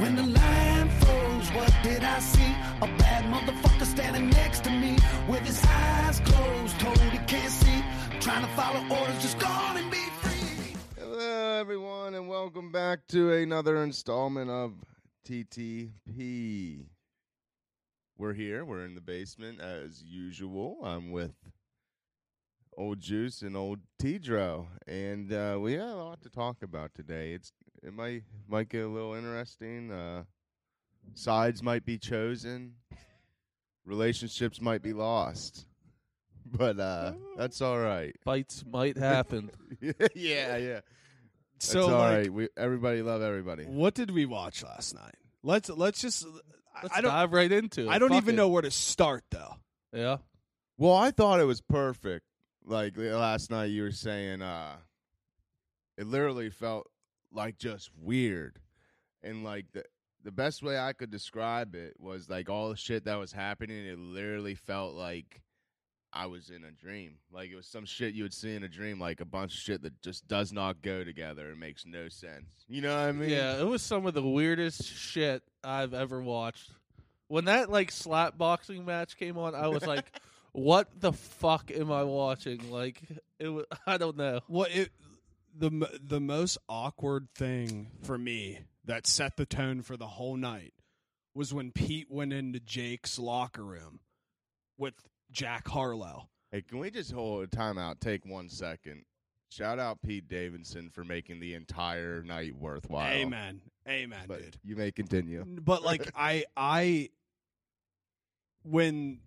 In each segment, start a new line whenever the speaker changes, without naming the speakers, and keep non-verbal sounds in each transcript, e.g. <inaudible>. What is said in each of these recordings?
When the line froze, what did I see? A bad motherfucker standing next to me with his eyes closed, told he can't see. Trying to follow orders, just gone and be free.
Hello, everyone, and welcome back to another installment of TTP. We're here. We're in the basement as usual. I'm with old Juice and old Tidro, and uh, we got a lot to talk about today. It's it might might get a little interesting. Uh, sides might be chosen. Relationships might be lost, <laughs> but uh, that's all right. <laughs>
Fights might happen.
yeah, yeah.
So
it's all
like,
right. We everybody love everybody.
what did we watch last night? Let's let's just. I-
Let's
I don't.
dive right into it.
I don't
Uh, Fuck
even
it.
know where to start though.
Yeah.
Well, I thought it was perfect. Like l- last night, you were saying, uh, it literally felt like just weird, and like the the best way I could describe it was like all the shit that was happening. It literally felt like I was in a dream. Like it was some shit you would see in a dream, like a bunch of shit that just does not go together. It makes no sense. You know what I mean?
yeah, it was some of the weirdest shit I've ever watched. When that like slap boxing match came on, I was like, "What the fuck am I watching?" Like it was, <laughs> I don't know.
Well, it the m- the most awkward thing for me that set the tone for the whole night was when Pete went into Jake's locker room with Jack Harlow.
Hey, can we just hold a timeout? Take one second. Shout out Pete Davidson for making the entire night worthwhile.
Amen. Amen,
But
dude.
you may continue.
But
<laughs>
like I I when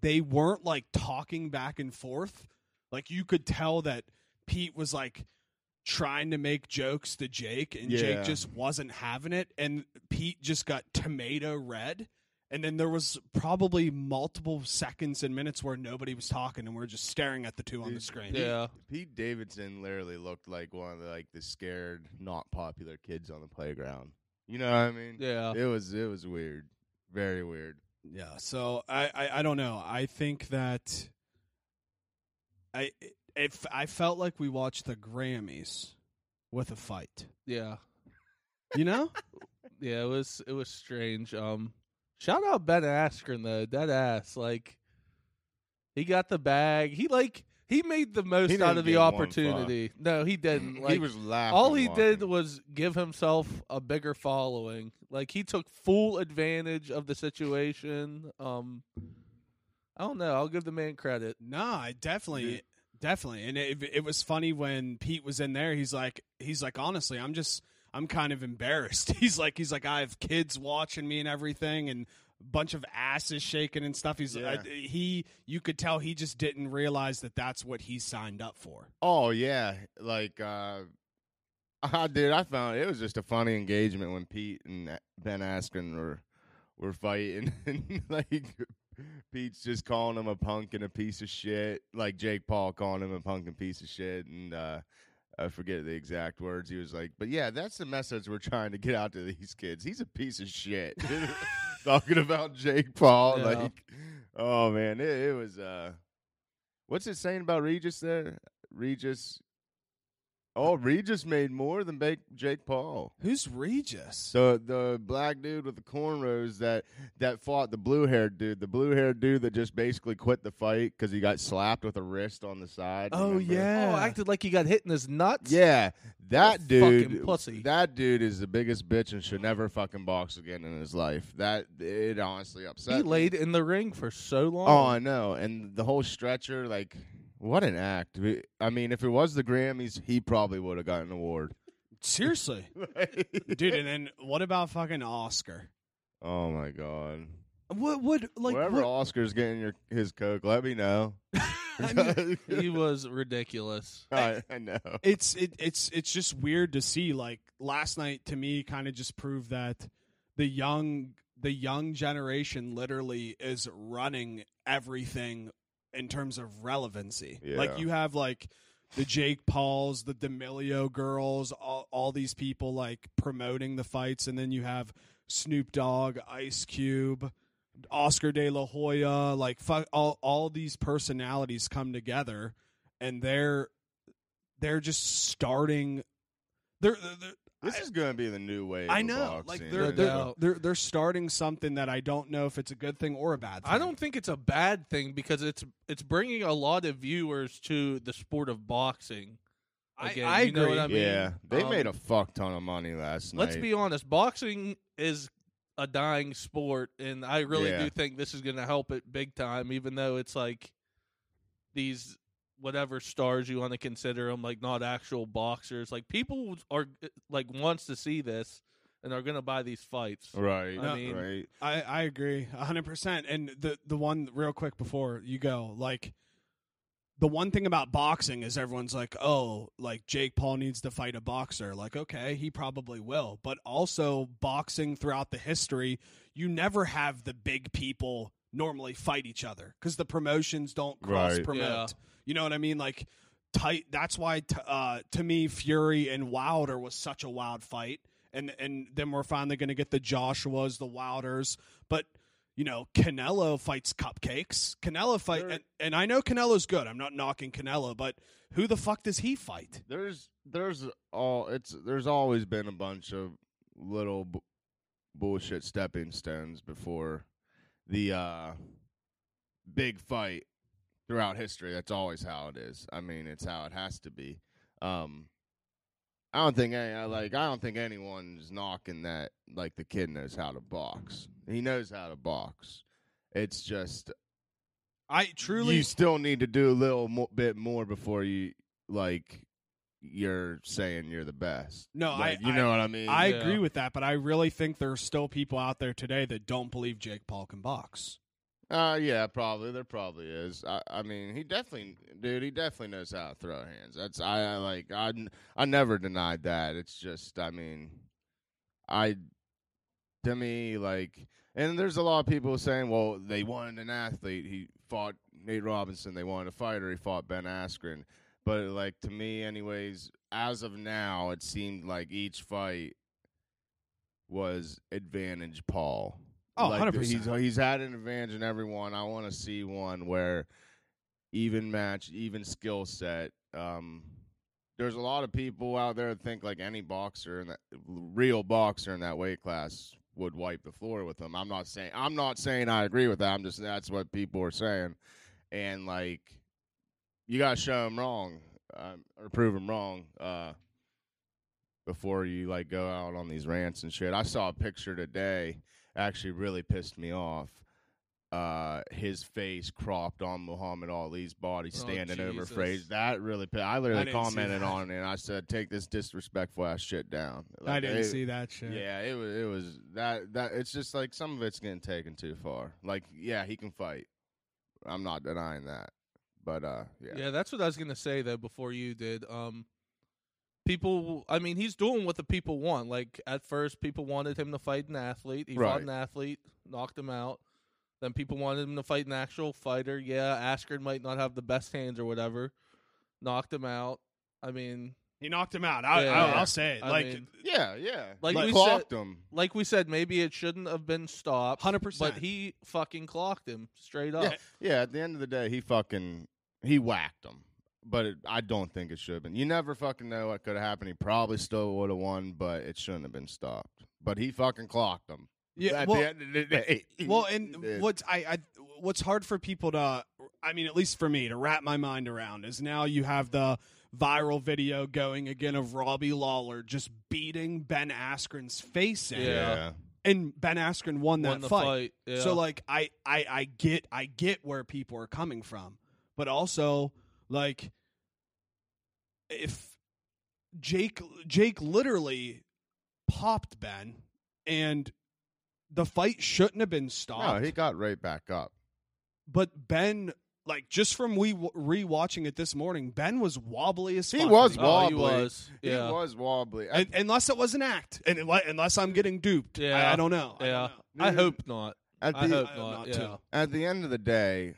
they weren't like talking back and forth, like you could tell that Pete was like trying to make jokes to Jake and
Yeah.
Jake just wasn't having it and Pete just got tomato red and then there was probably multiple seconds and minutes where nobody was talking and we're just staring at the two on the
Dude,
screen.
Yeah,
Pete Davidson literally looked like one of the, like the scared, not popular kids on the playground. You know what I mean?
yeah.
It was it was weird, very weird.
Yeah. So I, I, I don't know. I think that I if I felt like we watched the Grammys with a fight.
Yeah,
You
<laughs>
know?
yeah. It was it was strange. Um, shout out Ben Askren though. That ass, like, he got the bag. He like he made the most
didn't
out of the
give one fuck.
opportunity. No, he didn't. Like,
he was laughing.
all he did
walking.
was give himself a bigger following. Like he took full advantage of the situation. Um I don't know. I'll give the man credit.
nah, I definitely
Yeah.
definitely. And it it was funny when Pete was in there, he's like he's like, honestly, I'm just I'm kind of embarrassed. <laughs> He's like he's like, I have kids watching me and everything and a bunch of asses shaking and stuff. He's
Yeah.
I, he you could tell he just didn't realize that that's what he signed up for.
Oh yeah, like uh, <laughs> I did. I found it was just a funny engagement when Pete and uh, Ben Askren were were fighting, <laughs> and like Pete's just calling him a punk and a piece of shit, like Jake Paul calling him a punk and piece of shit, and uh, I forget the exact words. He was like, "But yeah, that's the message we're trying to get out to these kids. He's a piece of shit." <laughs> Talking about Jake Paul,
Yeah.
like, oh man, it, it was. uh What's it saying about Regis there? Regis. Oh, Regis made more than Ba- Jake Paul.
Who's Regis?
So the black dude with the cornrows that that fought the blue haired dude, the blue haired dude that just basically quit the fight because he got slapped with a wrist on the side. remember?
Oh, acted like he got hit in his nuts.
yeah. That
You're a
dude,
fucking pussy.
that dude is the biggest bitch and should never fucking box again in his life. That it honestly upset.
He
me.
laid in the ring for so long.
Oh, I know. And the whole stretcher, like, what an act. We- I mean, if it was the Grammys, he probably would have gotten an award. <laughs>
Seriously. dude. And then what about fucking Oscar?
oh my god.
What would like?
Wherever
what-
Oscar's getting your his coke, let me know.
<laughs> I
<laughs>
mean,
he was ridiculous.
I, I know.
it's it, it's it's just weird to see. Like last night to me, kind of just proved that the young the young generation literally is running everything in terms of relevancy.
Yeah.
Like you have like the Jake Pauls, the D'Amelio girls, all, all these people like promoting the fights, and then you have Snoop Dogg, Ice Cube, Oscar De La Hoya, like fuck, all all these personalities come together, and they're they're just starting. They're, they're
This is gonna be the new way.
I know, like they're
No
they're,
doubt.
they're they're starting something that I don't know if it's a good thing or a bad thing.
I don't think it's a bad thing because it's it's bringing a lot of viewers to the sport of boxing.
I,
Again,
I
you know
agree.
what I mean?
yeah, they
um,
made a fuck ton of money last night.
Let's be honest, boxing is a dying sport, and I really
Yeah.
do think this is going to help it big time. Even though it's like these whatever stars you want to consider them, like not actual boxers. Like people are eh, like wants to see this and are going to buy these fights.
right.
I mean-
right.
I, I agree a hundred percent. And the the one real quick before you go, like the one thing about boxing is everyone's like, oh, like Jake Paul needs to fight a boxer. Like, okay, he probably will. But also boxing throughout the history, you never have the big people normally fight each other because the promotions don't cross
Right.
promote.
Yeah.
You know what I mean? Like tight. That's why t- uh, to me, Fury and Wilder was such a wild fight, and and then we're finally going to get the Joshua's, the Wilders, but. You know, Canelo fights cupcakes. Canelo fight,
Sure.
and, and I know Canelo's good. I'm not knocking Canelo, but who the fuck does he fight?
There's there's all it's there's always been a bunch of little b- bullshit stepping stones before the uh big fight throughout history. That's always how it is. I mean, it's how it has to be. Um I don't think any, I like I don't think anyone's knocking that like the kid knows how to box. He knows how to box. It's just
I truly,
you still need to do a little mo- bit more before you like you're saying you're the best.
No, I-
Like, you
I-
know what I mean.
I
Yeah.
agree with that, but I really think there are still people out there today that don't believe Jake Paul can box.
uh, yeah, probably there probably is. I, I mean, he definitely, dude, he definitely knows how to throw hands. That's I, I like. I n- I never denied that. It's just, I mean, I to me like, and there's a lot of people saying, well, they wanted an athlete. He fought Nate Robinson. They wanted a fighter. He fought Ben Askren. But like to me, anyways, as of now, it seemed like each fight was advantage Paul.
Oh,
like,
100%.
He's he's had an advantage in everyone. I want to see one where even match, even skill set. Um, there's a lot of people out there that think like any boxer and that real boxer in that weight class would wipe the floor with them. I'm not saying I'm not saying I agree with that. I'm just that's what people are saying, and like you gotta show them wrong um, or prove them wrong uh, before you like go out on these rants and shit. I saw a picture today actually really pissed me off. Uh, his face cropped on Muhammad Ali's body,
Oh,
standing over
Jesus.
Fraser. That really, pi- I literally
didn't see
commented
that.
on it and I said, "Take this disrespectful ass shit down."
I
Like,
didn't
it-
see that shit.
Yeah, it was. It was that. That it's just like some of it's getting taken too far. Like, yeah, he can fight. I'm not denying that, but uh, yeah,
Yeah, that's what I was gonna say though before you did. Um, people, I mean, he's doing what the people want. Like at first, people wanted him to fight an athlete. He fought
Right.
an athlete, knocked him out. Then people wanted him to fight an actual fighter. Yeah, Askren might not have the best hands or whatever, knocked him out. I mean,
He knocked him out. I,
Yeah.
I, I'll say it.
I
like,
mean-
yeah, yeah.
Like
He
we
clocked him.
like we said, maybe it shouldn't have been stopped.
100%.
But he fucking clocked him straight up.
Yeah, yeah. At the end of the day, he fucking he whacked him. But it, I don't think it should have been. You never fucking know what could have happened. He probably still would have won, but it shouldn't have been stopped. But he fucking clocked him.
yeah,
at
well,
the end of the day.
well
He
and
did.
what's I, I what's hard for people to i mean at least for me to wrap my mind around is now you have the viral video going again of robbie lawler just beating ben askren's face in
Yeah.
and ben askren won that
Won the
fight,
fight. Yeah.
so like I, I i get i get where people are coming from but also like if jake jake literally popped ben and the fight shouldn't have been
No,
stopped
he got right back up.
but Ben, like just from we w- rewatching it this morning, Ben was wobbly as fuck.
He was
when
oh, he
wobbly.
was. Yeah.
He was wobbly.
he- Un- unless it was an act, and unle- unless I'm getting duped, I- I,
Yeah.
don't know. I
Yeah.
don't know.
I hope not.
At
I
the,
hope
I
not.
hope not,
yeah.
too.
at the end of the day,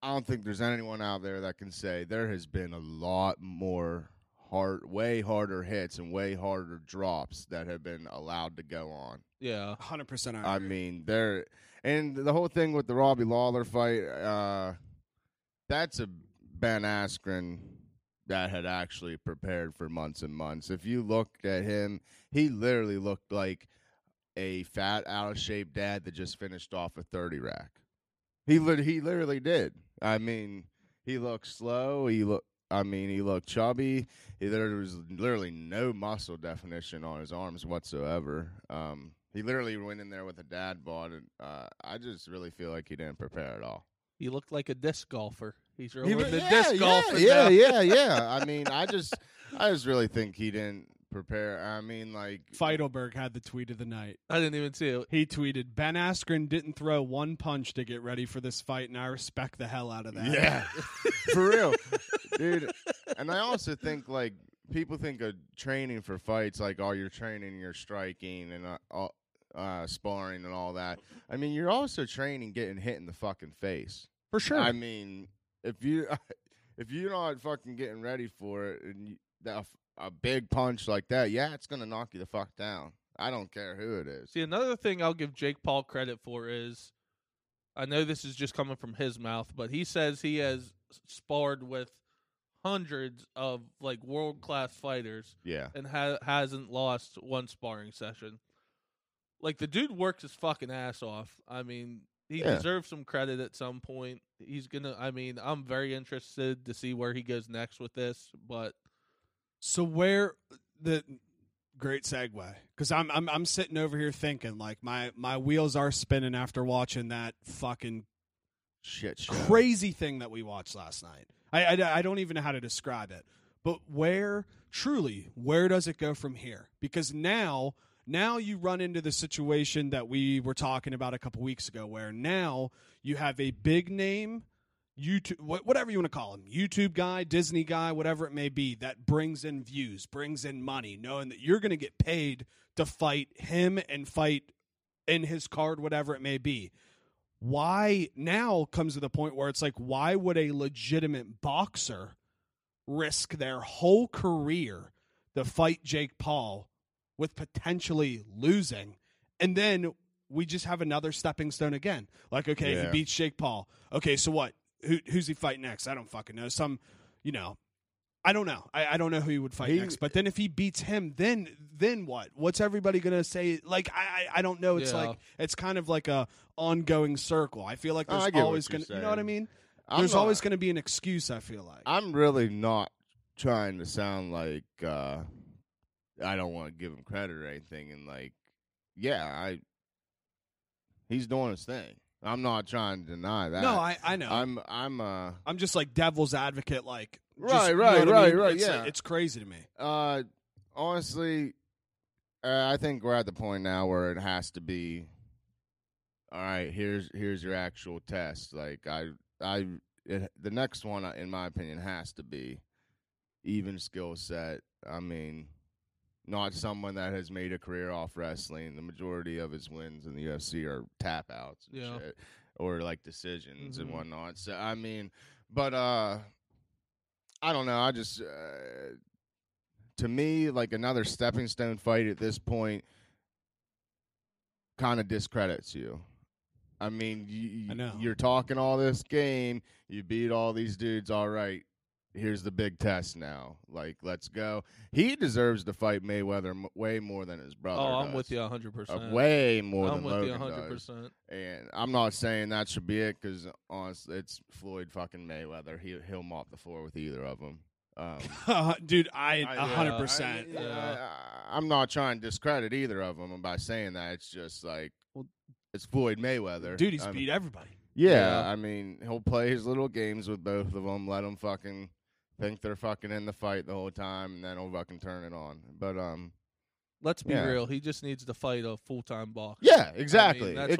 I don't think there's anyone out there that can say there has been a lot more hard, way harder hits and way harder drops that have been allowed to go on.
Yeah.
Hundred percent.
I mean, there and the whole thing with the Robbie Lawler fight, uh, that's a Ben Askren. that had actually prepared for months and months. If you looked at him, he literally looked like a fat, out of shape dad that just finished off a thirty rack. He lit- he literally did. I mean, he looked slow. He looked. I mean, he looked chubby. He, there was literally no muscle definition on his arms whatsoever. Um, he literally went in there with a dad bod, and uh, I just really feel like he didn't prepare at all.
He looked like a disc golfer. He's
He
rolling
re-
the
yeah,
disc
yeah,
golfer.
Yeah,
now.
yeah,
<laughs>
yeah. I mean, I just, I just really think he didn't prepare. I mean, like,
Feidelberg had the tweet of the night.
I didn't even see it.
He tweeted, Ben Askren didn't throw one punch to get ready for this fight, and I respect the hell out of that.
Yeah, <laughs> for real, dude. And I also think like people think of training for fights, like all your training, your striking, and uh, all, uh, sparring and all that. I mean, you're also training getting hit in the fucking face.
For sure.
I mean, if you <laughs> if you're not fucking getting ready for it, and you, that, f- a big punch like that, yeah, it's gonna knock you the fuck down. I don't care who it is.
See, another thing I'll give Jake Paul credit for is I know this is just coming from his mouth, but he says he has sparred with hundreds of like world class fighters
Yeah,
and ha- hasn't lost one sparring session. Like the dude works his fucking ass off. I mean, he
Yeah.
deserves some credit at some point. He's gonna. I mean, I'm very interested to see where he goes next with this. But
So where the great segue because I'm I'm I'm sitting over here thinking like my my wheels are spinning after watching that fucking
shit, show.
crazy thing that we watched last night. I, I I don't even know how to describe it. But where truly where does it go from here? Because now now you run into the situation that we were talking about a couple weeks ago where now you have a big name YouTube, wh- whatever you want to call him, YouTube guy, Disney guy, whatever it may be, that brings in views, brings in money, knowing that you're going to get paid to fight him and fight in his card, whatever it may be. Why now comes to the point where it's like, why would a legitimate boxer risk their whole career to fight Jake Paul with potentially losing? And then we just have another stepping stone again. Like, okay, he
Yeah.
beats Jake Paul. Okay, so what? Who, who's he fight next? I don't fucking know. Some, you know, I don't know. I, I don't know who he would fight
He-
next. But then if he beats him, then then what? What's everybody gonna say? Like I I, I don't know. It's
Yeah.
like it's kind of like a ongoing circle. I feel like
Oh, I
there's
get what
always
you're
gonna you know what I
saying.
mean.
I'm
there's
not-
always gonna be an excuse. I feel like
I'm really not trying to sound like uh I don't want to give him credit or anything and like yeah, I he's doing his thing. I'm not trying to deny that.
no, I I know. I'm,
I'm I'm uh
just like devil's advocate. Like just-
Right,
you know
right,
what I
right,
mean?
right,
It's, like-
yeah.
it's crazy to me. <laughs>
uh honestly uh, I think we're at the point now where it has to be all right, here's here's your actual test. Like I I it, the next one uh, in my opinion has to be even skill set. I mean, not someone that has made a career off wrestling. The majority of his wins in the UFC are tap outs and
Yeah.
shit, or like decisions
Mhm.
and whatnot. So I mean, but uh, I don't know. I just uh, to me like another stepping stone fight at this point kind of discredits you. I mean, you,
I know.
you're talking all this game. You beat all these dudes. All right, here's the big test now. Like, let's go. He deserves to fight Mayweather m- way more than his brother.
oh, I'm
does.
with you 100.
Uh,
percent
way more than
I'm with you
Logan
100.
does.
percent
And I'm not saying that should be it because honestly, it's Floyd fucking Mayweather. He he'll mop the floor with either of them. Um,
Dude, I
I- uh,
a
yeah,
hundred
I-
percent.
yeah.
I, am not trying to discredit either of them by saying that. It's just like
Well-
it's Floyd Mayweather.
Dude, he's
I mean-
beat everybody.
Yeah,
Yeah.
I mean, he'll play his little games with both of them. Let them fucking think they're fucking in the fight the whole time, and then he'll fucking turn it on. But um,
Let's be
Yeah.
real. He just needs to fight a full time boxer.
yeah, exactly,
that's what it has to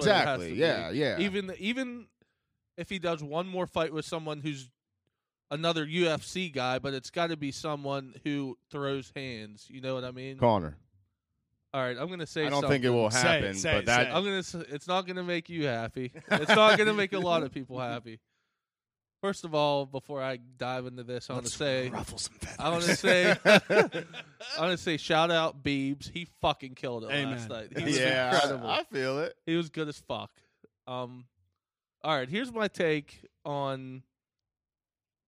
exactly,
be.
yeah, yeah.
Even even if he does one more fight with someone who's another UFC guy, but it's got to be someone who throws hands. You know what I mean?
Connor,
All right, I'm gonna say.
I don't
something.
think it will
Say it,
happen,
say
but
it,
that
say it.
I'm gonna. s It's not gonna make
<laughs>
you happy. It's not gonna make a lot of people happy. First of all, before I dive into this, I want to
Let's
say.
ruffle some feathers.
I
<laughs>
want to say,
<laughs>
I want to say, shout out Beebs. He fucking killed it
Amen.
last night. He was
yeah, I-
incredible.
I, feel it.
He was good as fuck. Um, all right, here's my take on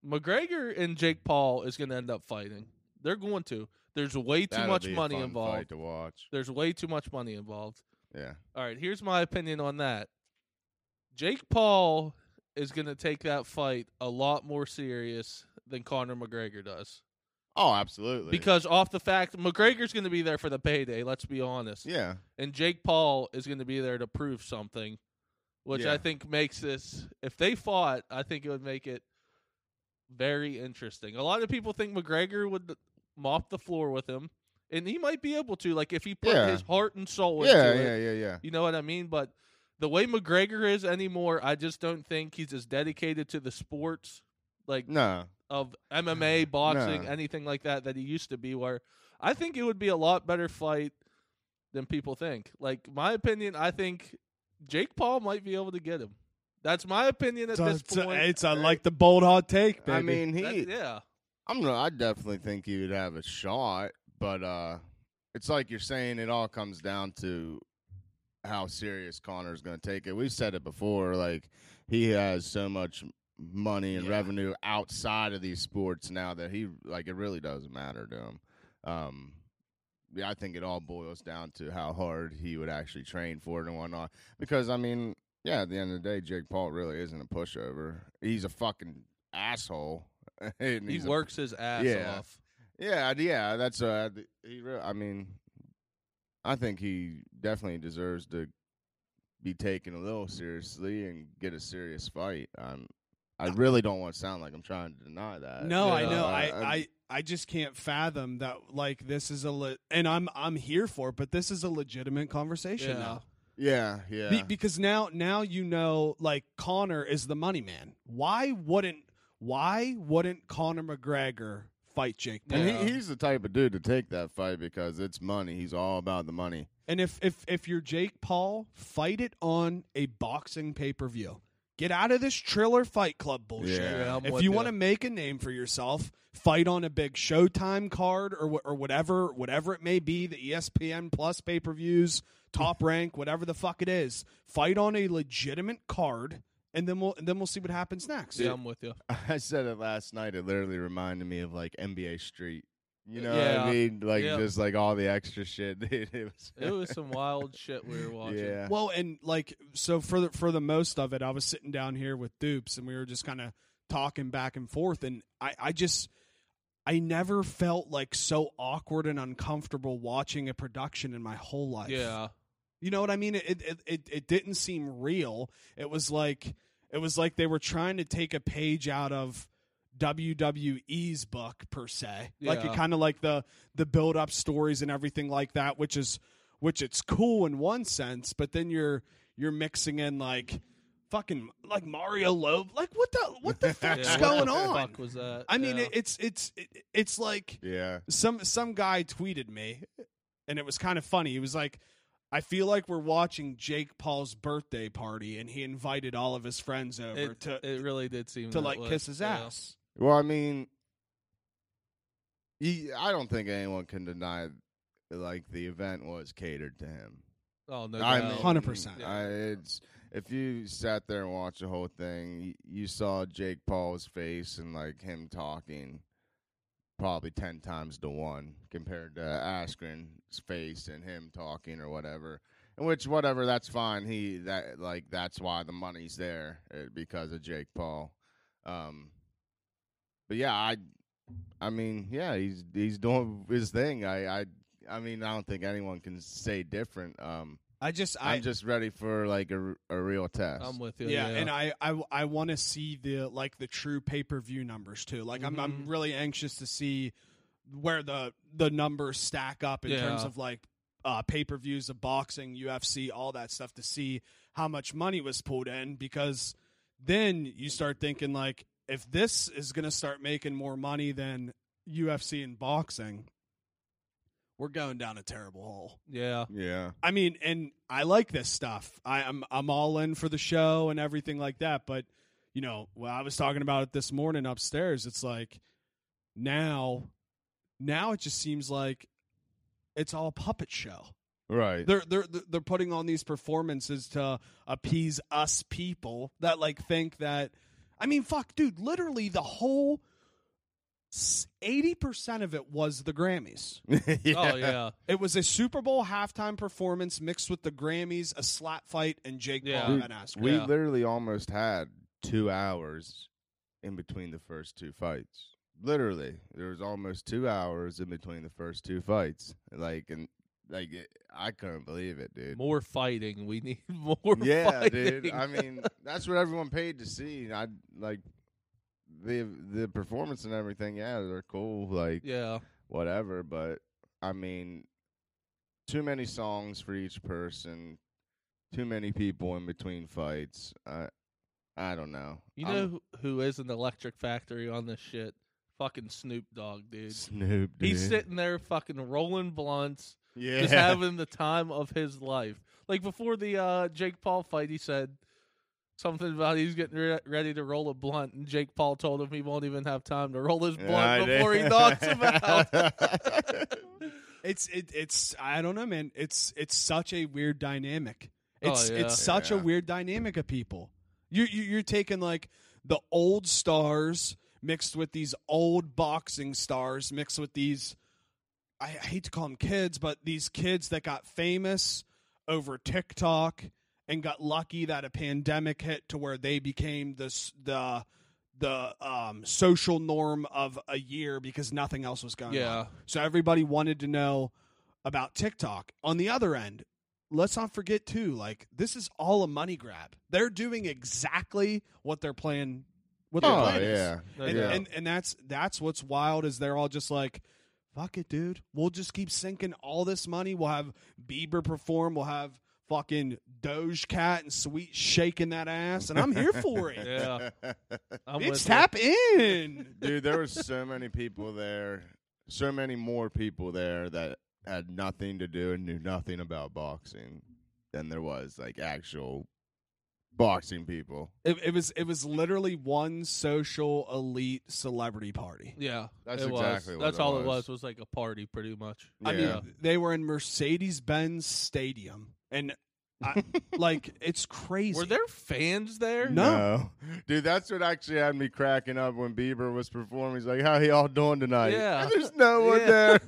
McGregor and Jake Paul is going to end up fighting. They're going to. There's way too
That'll
much
be a
money
fun
involved.
Fight to watch.
There's way too much money involved.
Yeah.
All right, here's my opinion on that. Jake Paul is going to take that fight a lot more serious than Conor McGregor does.
Oh, absolutely.
Because off the fact McGregor's going to be there for the payday, let's be honest.
yeah,
And Jake Paul is going to be there to prove something, which I
Yeah.
think makes this if they fought, I think it would make it very interesting. A lot of people think McGregor would mop the floor with him, and he might be able to like if he put
Yeah.
his heart and soul
yeah,
into it.
yeah, yeah, yeah.
You know what I mean? But the way McGregor is anymore, I just don't think he's as dedicated to the sports like
No,
of MMA, boxing,
No.
anything like that that he used to be where I think it would be a lot better fight than people think. Like my opinion, I think Jake Paul might be able to get him. That's my opinion at this
It's-
point.
uh, it's I like the bold hot take, baby.
I mean he.
That- yeah.
I'm not. I definitely think he would have a shot, but uh, it's like you're saying. It all comes down to how serious Connor's going to take it. We've said it before. Like he has so much money and
Yeah.
revenue outside of these sports now that he like it really doesn't matter to him. Um, yeah, I think it all boils down to how hard he would actually train for it and whatnot. Because I mean, yeah, at the end of the day, Jake Paul really isn't a pushover. He's a fucking asshole. <laughs> And
He
he's a
works his ass
yeah.
off.
yeah, I'd- yeah, that's uh, th- he. Re- I mean, I think he definitely deserves to be taken a little seriously and get a serious fight. Um, I really don't want to sound like I'm trying to deny that.
Uh No, I
Yeah.
know.
Uh,
I,
I'm-
I I just can't fathom that like this is a le- and I'm I'm here for it, but this is a legitimate conversation
Yeah.
now.
yeah, yeah,
Be- because now now you know like Connor is the money man. Why wouldn't why wouldn't Connor McGregor fight Jake Paul?
and
Yeah.
he, he's the type of dude to take that fight because it's money. He's all about the money. <laughs>
And if if if you're Jake Paul, fight it on a boxing pay-per-view. Get out of this Triller Fight Club bullshit.
Yeah.
I'm
If
with
you
ya.
want to make a name for yourself, fight on a big Showtime card or wh- or whatever, whatever it may be, the E ESPN Plus pay-per-views,
<laughs>
Top Rank, whatever the fuck it is. Fight on a legitimate card, and then we'll and then we'll see what happens next.
Yeah, I'm with you.
I said it last night. It literally reminded me of like NBA Street. You
Uh,
know what
Yeah.
I mean? Like
Yeah.
just like all the extra shit. <laughs> it was,
It was some wild shit we were
<laughs>
watching.
yeah.
Well, and like so for the for the most of it, I was sitting down here with Dupes, and we were just kind of talking back and forth, and I I just I never felt like so awkward and uncomfortable watching a production in my whole life.
Yeah.
you know what I mean. It it it, it didn't seem real. It was like it was like they were trying to take a page out of. WWE's book per se, like it
Yeah.
kind of like the the build up stories and everything like that, which is which it's cool in one sense, but then you're you're mixing in like fucking like Mario Loeb. Like what the what
<laughs>
the fuck's
Yeah,
going
what the
on?
Fuck was that?
I mean,
Yeah.
it, it's it's it, it's like
yeah.
some some guy tweeted me, and it was kind of funny. He was like. I feel like we're watching Jake Paul's birthday party, and he invited all of his friends over
it,
to
it really did seem
to
that
like
way.
kiss his
Yeah.
ass.
Well, I mean, he, I don't think anyone can deny like the event was catered to him.
Oh no,
I
doubt.
mean,
100%.
I, it's if you sat there and watched the whole thing, you, you saw Jake Paul's face and like him talking probably 10 times to 1 compared to Askren's face and him talking or whatever. And which whatever, that's fine. He that like that's why the money's there uh, because of Jake Paul. Um but yeah, I I mean, yeah, he's he's doing his thing. I I I mean, I don't think anyone can say different. Um
I just, I,
I'm just ready for like a, r- a real test.
I'm with you.
yeah, and I I, I want to see the like the true pay per view numbers too. Like I'm I'm
Mhm.
really anxious to see where the the numbers stack up in terms
Yeah.
of like uh, pay per views of boxing, UFC, all that stuff to see how much money was pulled in because then you start thinking like if this is going to start making more money than UFC and boxing, we're going down a terrible hole.
<laughs>
yeah,
yeah,
I mean, and I like this stuff. I, I'm I'm all in for the show and everything like that. But you know, well, I was talking about it this morning upstairs. It's like now, now it just seems like it's all a puppet show.
right.
They're they're they're putting on these performances to appease us people that like think that. I I mean, fuck, dude, literally the whole s- 80% of it was the Grammys.
<laughs>
Oh yeah,
It was a Super Bowl halftime performance mixed with the Grammys, a slap fight, and Jake
Yeah.
Paul
Dude,
and Oscar.
we
Yeah.
literally almost had two hours in between the first two fights. Literally, there was almost two hours in between the first two fights. Like and like, it, I couldn't believe it, dude.
more <laughs> fighting. We need <laughs> more.
yeah,
fighting.
dude. I mean, that's what everyone paid to see. I like the the performance and everything. Yeah, they're cool. Like
yeah,
whatever. But I mean, too many songs for each person, too many people in between fights. I I don't know.
you
I'm-
know who- who is an electric factory on this shit? Fucking Snoop Dogg, dude.
Snoop. Dude.
He's sitting there fucking rolling blunts,
Yeah.
just
<laughs>
having the time of his life. Like before the uh, Jake Paul fight, he said something about he's getting re- ready to roll a blunt, and Jake Paul told him he won't even have time to roll his
Yeah,
blunt
I did.
before he knocks
<laughs>
him out. <laughs>
It's it, it's I don't know, man. It's it's such a weird dynamic.
Oh,
It's
yeah.
it's such a
Yeah.
weird dynamic of people. You, you you're taking like the old stars mixed with these old boxing stars mixed with these. I hate to call them kids, but these kids that got famous over TikTok and got lucky that a pandemic hit to where they became the s- the the um, social norm of a year because nothing else was going on.
yeah,
So everybody wanted to know about TikTok. On the other end, let's not forget too, like this is all a money grab. They're doing exactly what they're playing. What their
oh
plan is.
yeah.
And,
yeah.
and and that's that's what's wild is they're all just like, fuck it, dude. We'll just keep sinking all this money. We'll have Bieber perform. We'll have fucking Doge Cat and Sweet shaking that ass, and I'm here for it.
<laughs> yeah. I'm
Bitch,
with you.
tap in.
<laughs> Dude, there was so many people there, so many more people there that had nothing to do and knew nothing about boxing than there was like actual boxing people.
It, it was it was literally one social elite celebrity party.
Yeah,
That's
it was.
exactly what
That's
it
all it
was.
was. Was like a party, pretty much.
I
Yeah.
mean, they were in Mercedes Benz Stadium, and
<laughs>
I, like it's crazy.
Were there fans there?
No.
Dude, that's what actually had me cracking up when Bieber was performing. He's like, How y'all doing tonight?
Yeah.
And there's no one
Yeah. <laughs>
there.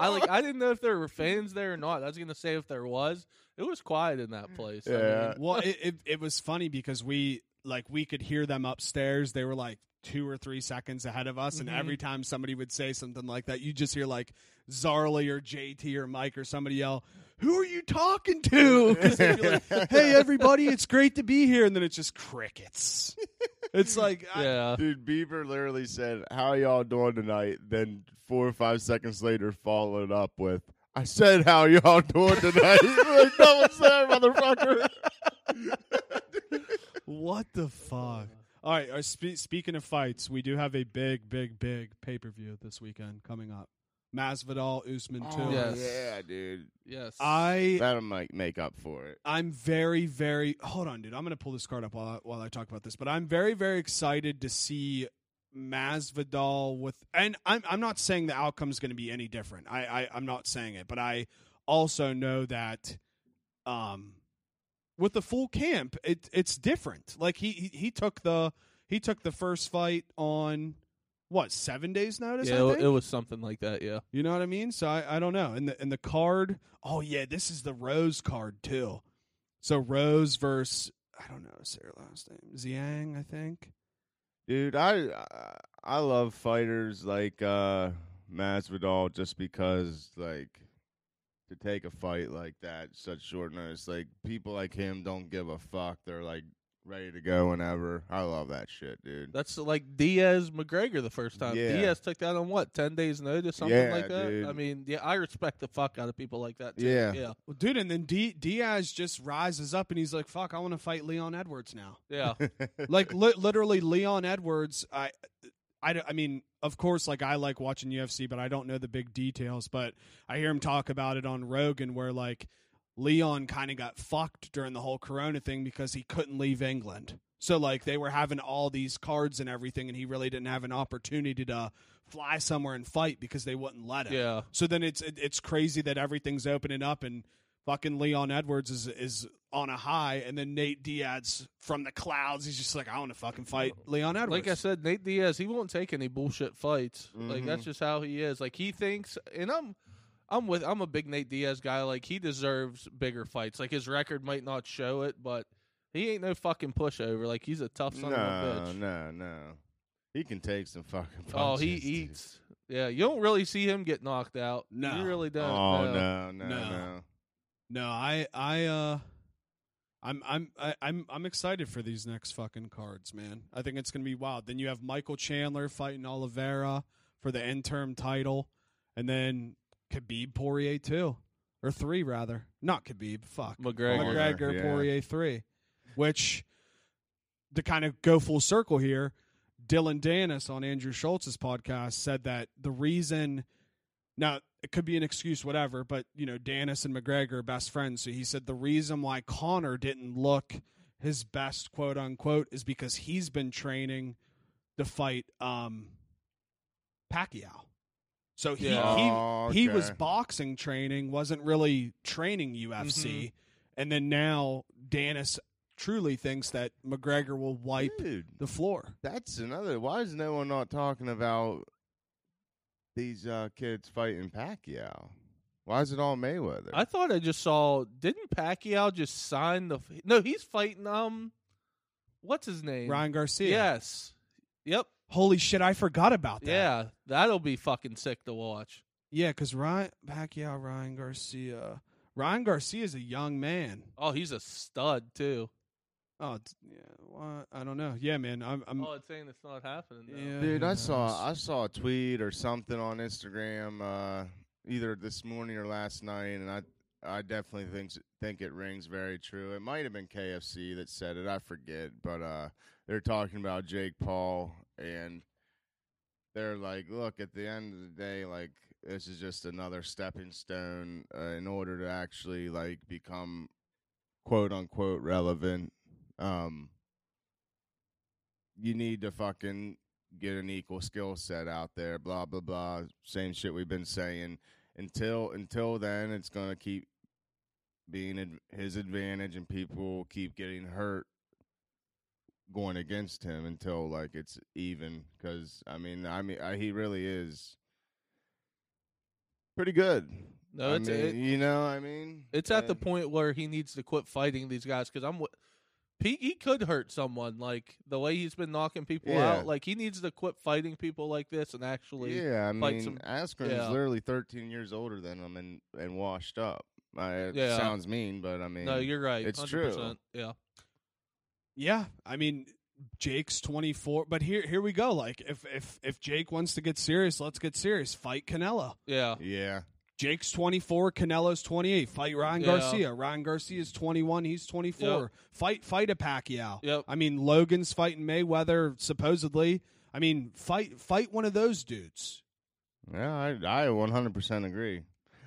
I like. I didn't know if there were fans there or not. I was gonna say if there was, it was quiet in
Mm.
that place. I
Yeah.
mean,
Well, it, it it was funny because we like we could hear them upstairs. They were like two or three seconds ahead of us,
Mhm.
and every time somebody would say something like that, you just hear like Zarly or JT or Mike or somebody yell, "Who are you talking to?" <laughs> 'Cause they'd be like,
<laughs>
"Hey, everybody, it's great to be here," and then it's just crickets. It's like I- <laughs>
yeah.
Dude, Bieber literally said, How y'all doing tonight? Then four or five seconds later, followed up with, I said, How y'all doing tonight? <laughs> like, no one's
<laughs>
there, motherfucker.
What the fuck? All right. Uh, spe- speaking of fights, we do have a big, big, big pay per view this weekend coming up. Masvidal Usman too.
Oh, Yes.
Yeah, dude.
Yes.
I
That'll make, make up for it.
I'm very, very. Hold on, dude. I'm gonna pull this card up while I, while I talk about this. But I'm very, very excited to see Masvidal with, and I'm I'm not saying the outcome's gonna be any different. I, I I'm not saying it, but I also know that, um, with the full camp, it it's different. Like he he, he took the he took the first fight on what seven days notice.
yeah,
I
it,
think?
it was something like that. Yeah.
You know what I mean? So I, I don't know. And the and the card. Oh yeah, this is the Rose card too. So Rose versus I don't know is her last name Ziang I think.
Dude, I I- I love fighters like uh Masvidal just because like to take a fight like that such short notice, like people like him don't give a fuck. They're like ready to go whenever. I love that shit, dude.
That's like Diaz McGregor the first time.
Yeah.
Diaz took that on what ten days notice, something
Yeah,
like that.
dude.
I mean, yeah, I respect the fuck out of people like that. Too.
Yeah.
Yeah.
Well, dude, and then D- Diaz just rises up and he's like, "Fuck, I want to fight Leon Edwards now."
Yeah.
like li- literally Leon Edwards. I, I, don't- I mean, of course, like I like watching UFC, but I don't know the big details. But I hear him talk about it on Rogan, where like Leon kind of got fucked during the whole Corona thing because he couldn't leave England. So like they were having all these cards and everything, and he really didn't have an opportunity to fly
<laughs>
somewhere and fight because they wouldn't let him.
yeah.
So then it's it, it's crazy that everything's opening up and fucking Leon Edwards is is on a high, and then Nate Diaz from the clouds, he's just like, I want to fucking fight Leon Edwards.
Like I said, Nate Diaz, he won't take any bullshit fights. Like
Mhm.
that's just how he is. Like he thinks, and I'm, I'm with, I'm a big Nate Diaz guy. Like he deserves bigger fights. Like his record might not show it, but he ain't no fucking pushover. Like he's a tough
<laughs>
son of a
No,
bitch.
no, no. He can take some fucking. Punches,
oh, he
dude.
eats. Yeah, you don't really see him get knocked out.
No.
you really don't.
Oh no, no,
No.
no.
no, I I uh, I'm I'm I, I'm I'm excited for these next fucking cards, man. I think it's gonna be wild. Then you have Michael Chandler fighting Oliveira for the interim title, and then Khabib Poirier two or three rather, not Khabib. Fuck
McGregor.
McGregor.
McGregor
yeah.
Poirier three, which to kind of go full circle here, Dylan Dennis on Andrew Schultz's podcast said that the reason now it could be an excuse, whatever, but you know Dennis and McGregor are best friends, so he said the reason why Connor didn't look his best, quote unquote, is because he's been training to fight um, Pacquiao. So he,
Yeah.
he
Oh,
he was
okay.
boxing training, wasn't really training UFC,
Mm-hmm.
and then now Danis truly thinks that McGregor will wipe
Dude,
the floor.
that's another. Why is no one not talking about these uh, kids fighting Pacquiao? Why is it all Mayweather?
I thought I just saw. Didn't Pacquiao just sign the? f- No, he's fighting. Um, what's his name?
Ryan Garcia.
Yes. Yep.
Holy shit, I forgot about that.
Yeah, that'll be fucking sick to watch.
Yeah, because Ryan Pacquiao, Ryan Garcia. Ryan Garcia is a young man.
Oh, he's a stud too.
Oh, it's- yeah, well, I don't know. Yeah, man, I'm. I'm
Oh, it's saying it's not happening. Though.
yeah,
Dude,
who
I
knows?
saw I saw a tweet or something on Instagram uh, either this morning or last night, and I I definitely think think it rings very true. It might have been KFC that said it, I forget, but uh, they're talking about Jake Paul, and they're like, look, at the end of the day, like this is just another stepping stone uh, in order to actually like become quote unquote relevant. Um, you need to fucking get an equal skill set out there, blah blah blah. Same shit we've been saying. Until until then, it's gonna keep being ad- his advantage, and people will keep getting hurt going against him until like it's even. Because I mean, I mean, I, he really is pretty good.
No,
I
it's-
mean,
it-
you know, I mean,
It's at the
and-
point where he needs to quit fighting these guys because I'm. wi- He, he could hurt someone like the way he's been knocking people
Yeah.
out. Like he needs to quit fighting people like this and actually.
Yeah, I
fight
mean,
some-
Askren
yeah.
is literally 13 years older than him and and washed up. I, it
Yeah.
sounds mean, but I mean,
No, you're right.
It's
100%.
true.
Yeah.
Yeah, I mean Jake's 24, but here here we go. Like if if if Jake wants to get serious, let's get serious. Fight Canelo.
Yeah.
yeah.
Jake's 24, Canelo's 28. Fight Ryan
Yeah.
Garcia. Ryan Garcia's 21, he's 24. Fight fight a Pacquiao.
Yep.
I mean Logan's fighting Mayweather supposedly. I mean fight fight one of those dudes.
Yeah, I I 100% agree.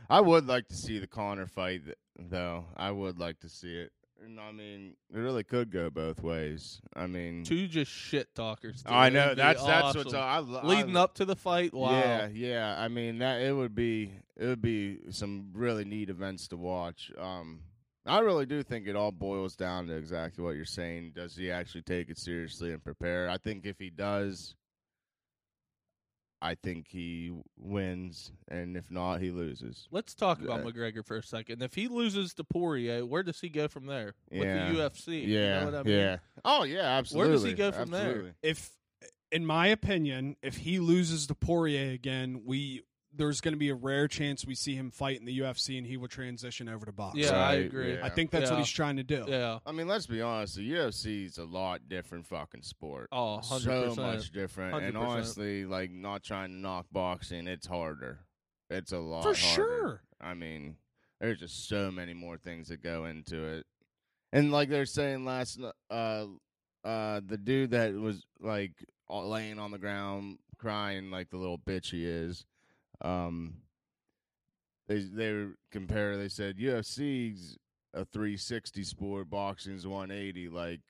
I would like to see the Connor fight th- though. I would like to see it. And I mean, it really could go both ways. I mean,
Two just shit talkers. dude.
I
It'd
know
be
that's that's what's
awesome.
I, lo- I,
leading up to the fight. Wow.
Yeah, yeah. I mean, that it would be it would be some really neat events to watch. Um I really do think it all boils down to exactly what you're saying. Does he actually take it seriously and prepare? I think if he does, I think he wins, and if not, he loses.
Let's talk about
Uh,
McGregor for a second. If he loses to Poirier, where does he go from there with
Yeah.
the UFC? You know
Yeah,
what I mean?
yeah. Oh yeah, absolutely.
go from there?
Absolutely.
If in my opinion, if he loses to Poirier again, we there's going to be a rare chance we see him fight in the UFC and he will transition over to boxing.
Yeah, I
Right,
agree.
yeah.
I think that's what
Yeah.
he's trying to do.
Yeah.
I mean, let's be honest. The UFC is a lot different fucking sport.
Oh, 100%.
so much different. And
100%.
honestly, like not trying to knock boxing, it's harder. It's a lot
For
harder.
sure.
I mean, there's just so many more things that go into it. And like they're saying last, n- uh, uh, the dude that was like all- laying on the ground crying like the little bitch he is, um, they they compare. They said UFC's a 360 sport, boxing's 180. Like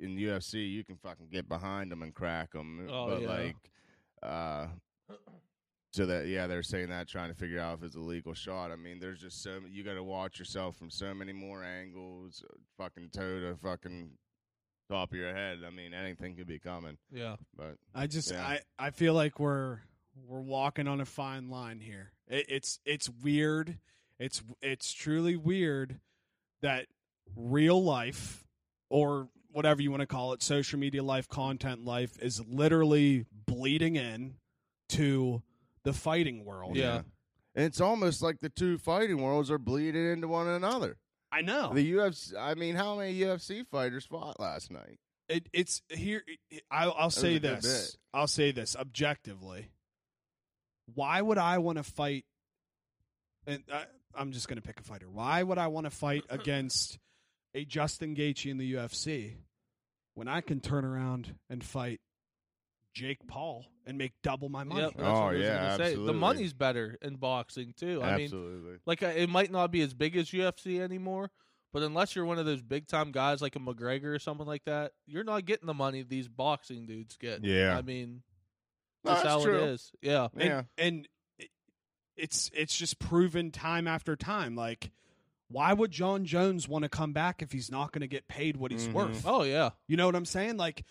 in UFC, uh, you can fucking get behind them and crack them.
Oh,
but
yeah.
like, uh, So that yeah, they're saying that trying to figure out if it's a legal shot. I mean, there's just so you got to watch yourself from so many more angles, uh, fucking toe to fucking top of your head. I mean, anything could be coming,
Yeah.
but
I just
Yeah.
I I feel like we're we're walking on a fine line here. It, it's it's weird. It's it's truly weird that real life or whatever you want to call it, social media life, content life is literally bleeding in to the fighting world.
Oh, Yeah.
And it's almost like the two fighting worlds are bleeding into one another.
I
Oh.
know.
The UFC, I mean, how many UFC fighters fought last night?
it, it's here. I'll, I'll say
was a good
this.
bit.
I'll say this objectively. Why would I want to fight? And I, I'm just going to pick a fighter. Why would I want to
<laughs>
fight against a Justin Gaethje in the UFC when I can turn around and fight Jake Paul and make double my money?
Yep, that's
Oh,
what I was
yeah,
gonna say. The
absolutely.
money's better in boxing too. I mean,
Absolutely.
like uh, it might not be as big as UFC anymore, but unless you're one of those big time guys like a McGregor or something like that, you're not getting the money these boxing dudes get.
Yeah.
I mean,
No,
that's
that's
how
true.
it is. Yeah,
And,
Yeah.
and it- it's it's just proven time after time. Like, why would John Jones want to come back if he's not going to get paid what he's
Mhm.
worth?
Oh yeah,
You know what I'm saying? Like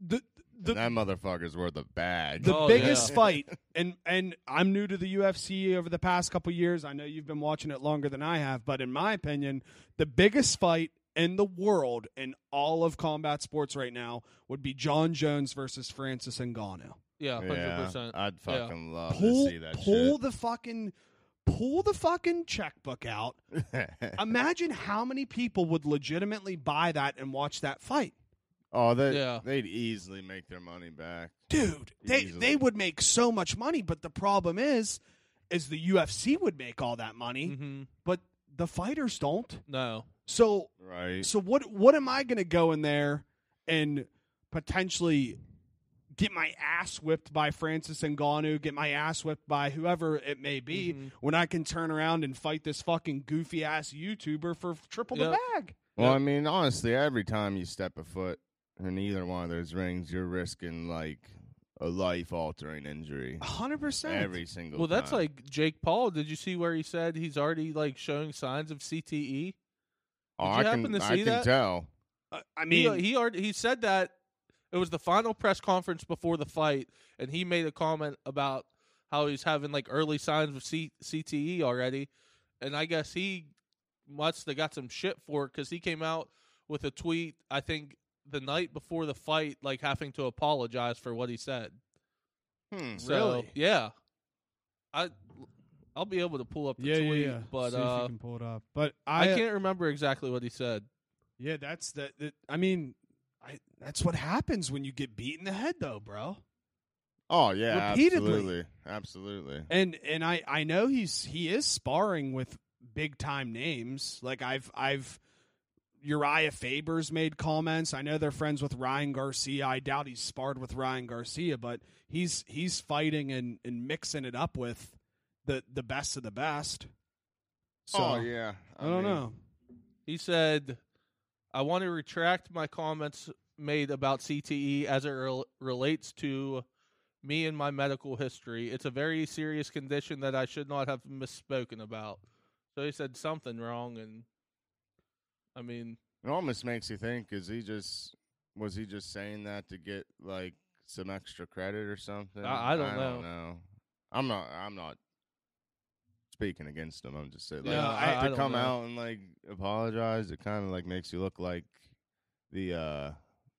the the
that motherfucker's worth a bag.
the
Oh,
biggest
yeah.
fight and and I'm new to the UFC over the past couple years. I know you've been watching it longer than I have, but in my opinion, the biggest fight in the world in all of combat sports right now would be John Jones versus Francis Ngannou.
yeah,
<laughs>
hundred
yeah, Uh,
percent.
I'd
Yeah.
fucking love
Pull
to see that
pull the fucking pull the fucking checkbook out.
shit. <laughs>
Imagine how many people would legitimately buy that and watch that fight.
oh, they,
Yeah.
they'd easily make their money back.
dude they
Easily.
they would make so much money but the problem is is the UFC would make all that money
Mm-hmm.
but the fighters don't
No,
so
Right.
so what what am i going to go in there and potentially get my ass whipped by Francis Ngannou get my ass whipped by whoever it may be
Mhm.
when i can turn around and fight this fucking goofy ass youtuber for triple
Yep.
the bag
Well,
Yep.
I mean, honestly, every time you step a foot in either one of those rings, you're risking like a life altering injury.
100%
Every single
well, that's
time.
like Jake Paul. Did you see where he said he's already like showing signs of E? CTE?
oh,
did
I
you
can,
happen to
I
see
can
that?
tell.
Uh, i mean
he, he already he said that it was the final press conference before the fight, and he made a comment about how he's having like early signs of C- CTE already, and I guess he must have got some shit for it because he came out with a tweet I think the night before the fight, like having to apologize for what he said.
Hmm.
So
Really?
yeah, I I'll be able to pull up the tweet, but uh,
can pull it up but uh,
I can't remember exactly what he said.
Yeah, that's that. that I mean, I, that's what happens when you get beat in the head, though, bro.
Oh yeah,
Repeatedly.
absolutely, absolutely.
And and I I know he's he is sparring with big time names. Like I've I've Uriah Faber's made comments. I know they're friends with Ryan Garcia. I doubt he's sparred with Ryan Garcia, but he's he's fighting and and mixing it up with the the best of the best. So
oh yeah,
I, don't
mean,
know.
He said, I want to retract my comments made about CTE as it rel- relates to me and my medical history. It's a very serious condition that I should not have misspoken about. So he said something wrong, and I mean,
It almost makes you think: is he just was he just saying that to get like some extra credit or something?
I- I don't know.
don't know. I'm not. I'm not speaking against him. I'm just saying, like,
No, I- I
to
don't
come
know.
out and like apologize, it kind of like makes you look like the uh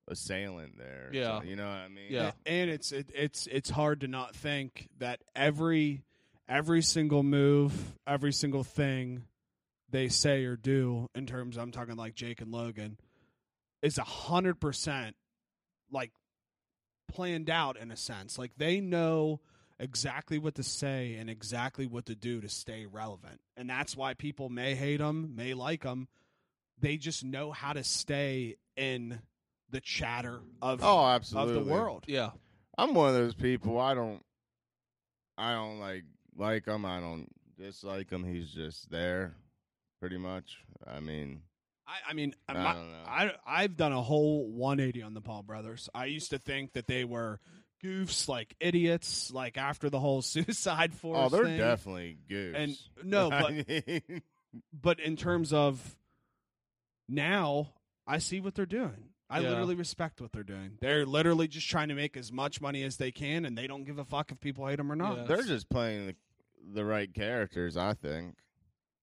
assailant there. or
Yeah.
something, you know what I mean?
Yeah.
A- and it's it, it's it's hard to not think that every every single move, every single thing they say or do in terms I'm talking like Jake and Logan is a hundred percent like planned out in a sense. Like they know exactly what to say and exactly what to do to stay relevant, and that's why people may hate them, may like them. They just know how to stay in the chatter of
Oh,
of
absolutely.
the world.
yeah,
I'm one of those people. I don't, I don't like like him. I don't dislike him. He's just there, pretty much. I mean,
I, I mean,
I
my-
don't know.
I I've done a whole 180 on the Paul brothers. I used to think that they were goofs, like idiots, like after the whole <laughs> suicide force.
Oh, they're
thing.
definitely goofs.
And
<laughs>
no,
I
but
<laughs>
mean,
but in terms of now, I see what they're doing. I
Yeah.
literally respect what they're doing. They're literally just trying to make as much money as they can, and they don't give a fuck if people hate them or not.
Yeah.
they're just playing the, the right characters, I think.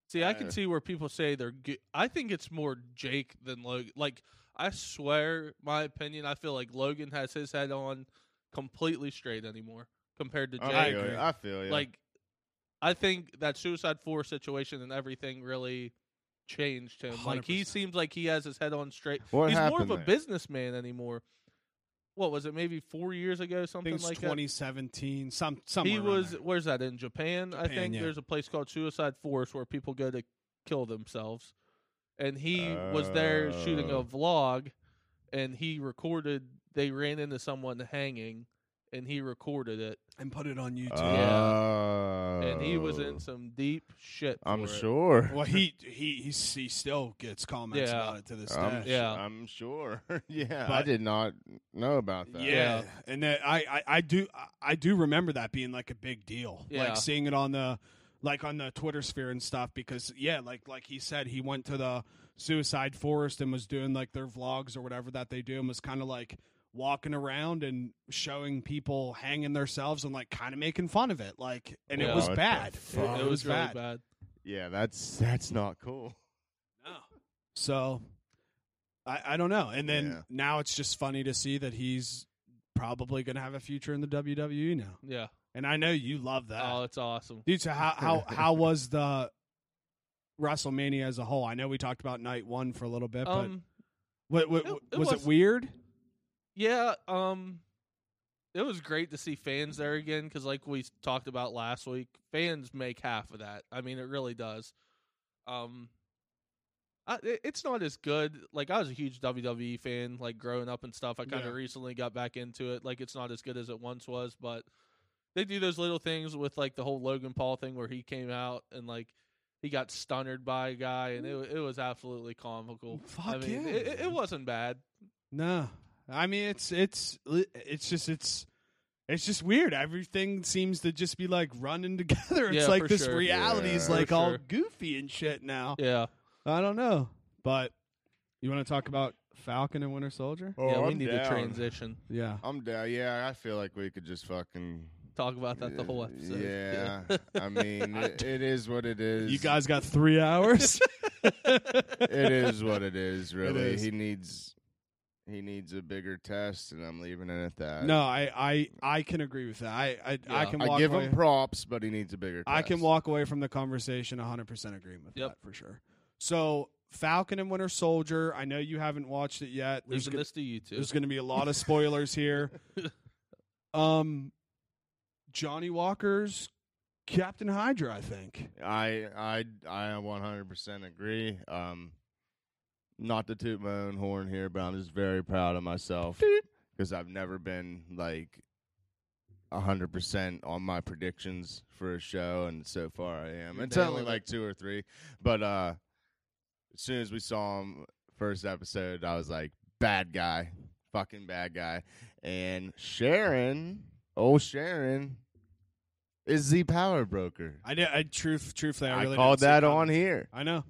See, I can
Uh,
see where people say they're. Go- I think it's more Jake than Logan. Like, I swear, my opinion. I feel like Logan has his head on completely straight anymore compared to Jake.
Oh, I feel
agree.
you. I feel you.
Like, I think that Suicide Four situation and everything really changed him. Like, he
100%.
seems like he has his head on straight.
what
He's more
happened
of a
there?
businessman anymore. What was it? Maybe four years ago,
I
something
think it's
like that.
2017, some somewhere.
He
around
was
there.
where's that in Japan? I
Japan,
think
yeah.
there's a place called Suicide Forest where people go to kill themselves, and he was there shooting a
Oh.
vlog, and he recorded. They ran into someone hanging, and he recorded it,
and put it on YouTube.
Uh, Oh.
and he was in some deep shit.
I'm
for it.
sure.
Well, he he he he still gets comments
Yeah.
about it to this
I'm,
day.
su-
Yeah.
I'm sure. <laughs> yeah, I
But-
did not know about that.
Yeah, and that I, I I do I- I do remember that being like a big deal,
Yeah.
like seeing it on the like on the Twitter sphere and stuff. Because yeah, like like he said, he went to the Suicide Forest and was doing like their vlogs or whatever that they do, and was kind of like walking around and showing people hanging themselves and like kind of making fun of it, like and
Yeah.
it was
What the
bad.
It,
fuck?
it was really bad.
Yeah, that's that's not cool.
So I I don't know. And then
Yeah.
now it's just funny to see that he's probably going to have a future in the WWE now.
Yeah.
And I know you love that.
Oh, it's awesome.
Dude, so how how how was the WrestleMania as a whole? I know we talked about night one for a little bit, but
Um.
what, what,
it- it
was it
was-
weird?
Yeah, um it was great to see fans there again because, like we s- talked about last week, fans make half of that. I mean, it really does. Um, I, i- it's not as good. Like I was a huge WWE fan, like growing up and stuff. I kind of
Yeah.
recently got back into it. Like it's not as good as it once was, but they do those little things with like the whole Logan Paul thing where he came out and like he got stunnered by a guy, and it wa- it was absolutely comical. I
Fuck
mean,
yeah.
it, it- it wasn't bad.
No, I mean it's it's it's just it's it's just weird. Everything seems to just be like running <laughs> together. It's
Yeah,
like
for
this
sure.
reality is
Yeah.
like
For
all
sure.
goofy and shit now.
Yeah.
I don't know, but you want to talk about Falcon and Winter Soldier?
Oh,
yeah, we
I'm
need
down.
to transition.
Yeah,
I'm down. Yeah, I feel like we could just fucking.
Talk about that the whole episode.
Yeah, I mean, it, it is what it is.
you guys <laughs> got three
<laughs>
hours.
<laughs>
it is what it is. Really,
is.
he needs he needs a bigger test, and I'm leaving it at that.
No, I, I I can agree with that. I I, I
Yeah.
can walk
I give
away.
him props, but he needs a bigger.
I
test.
can walk away from the conversation 100% agreeing with
Yep.
that for sure. So, Falcon and Winter Soldier, I know you haven't watched it yet. There's,
Losing
go-
this to you two.
there's going to be a lot of spoilers here. Um Johnny Walker's Captain Hydra, I think.
I I I 100% agree. Um, not to toot my own horn here, but I'm just very proud of myself because I've never been like 100% on my predictions for a show, and so far I am.
You're
It's only
nailing
like two or three, but uh, as soon as we saw him first episode, I was like, bad guy, fucking bad guy, and Sharon, oh Sharon, is the power broker.
I did I truth truthfully I
I,
really
called
didn't see it
that on
coming.
here,
I know.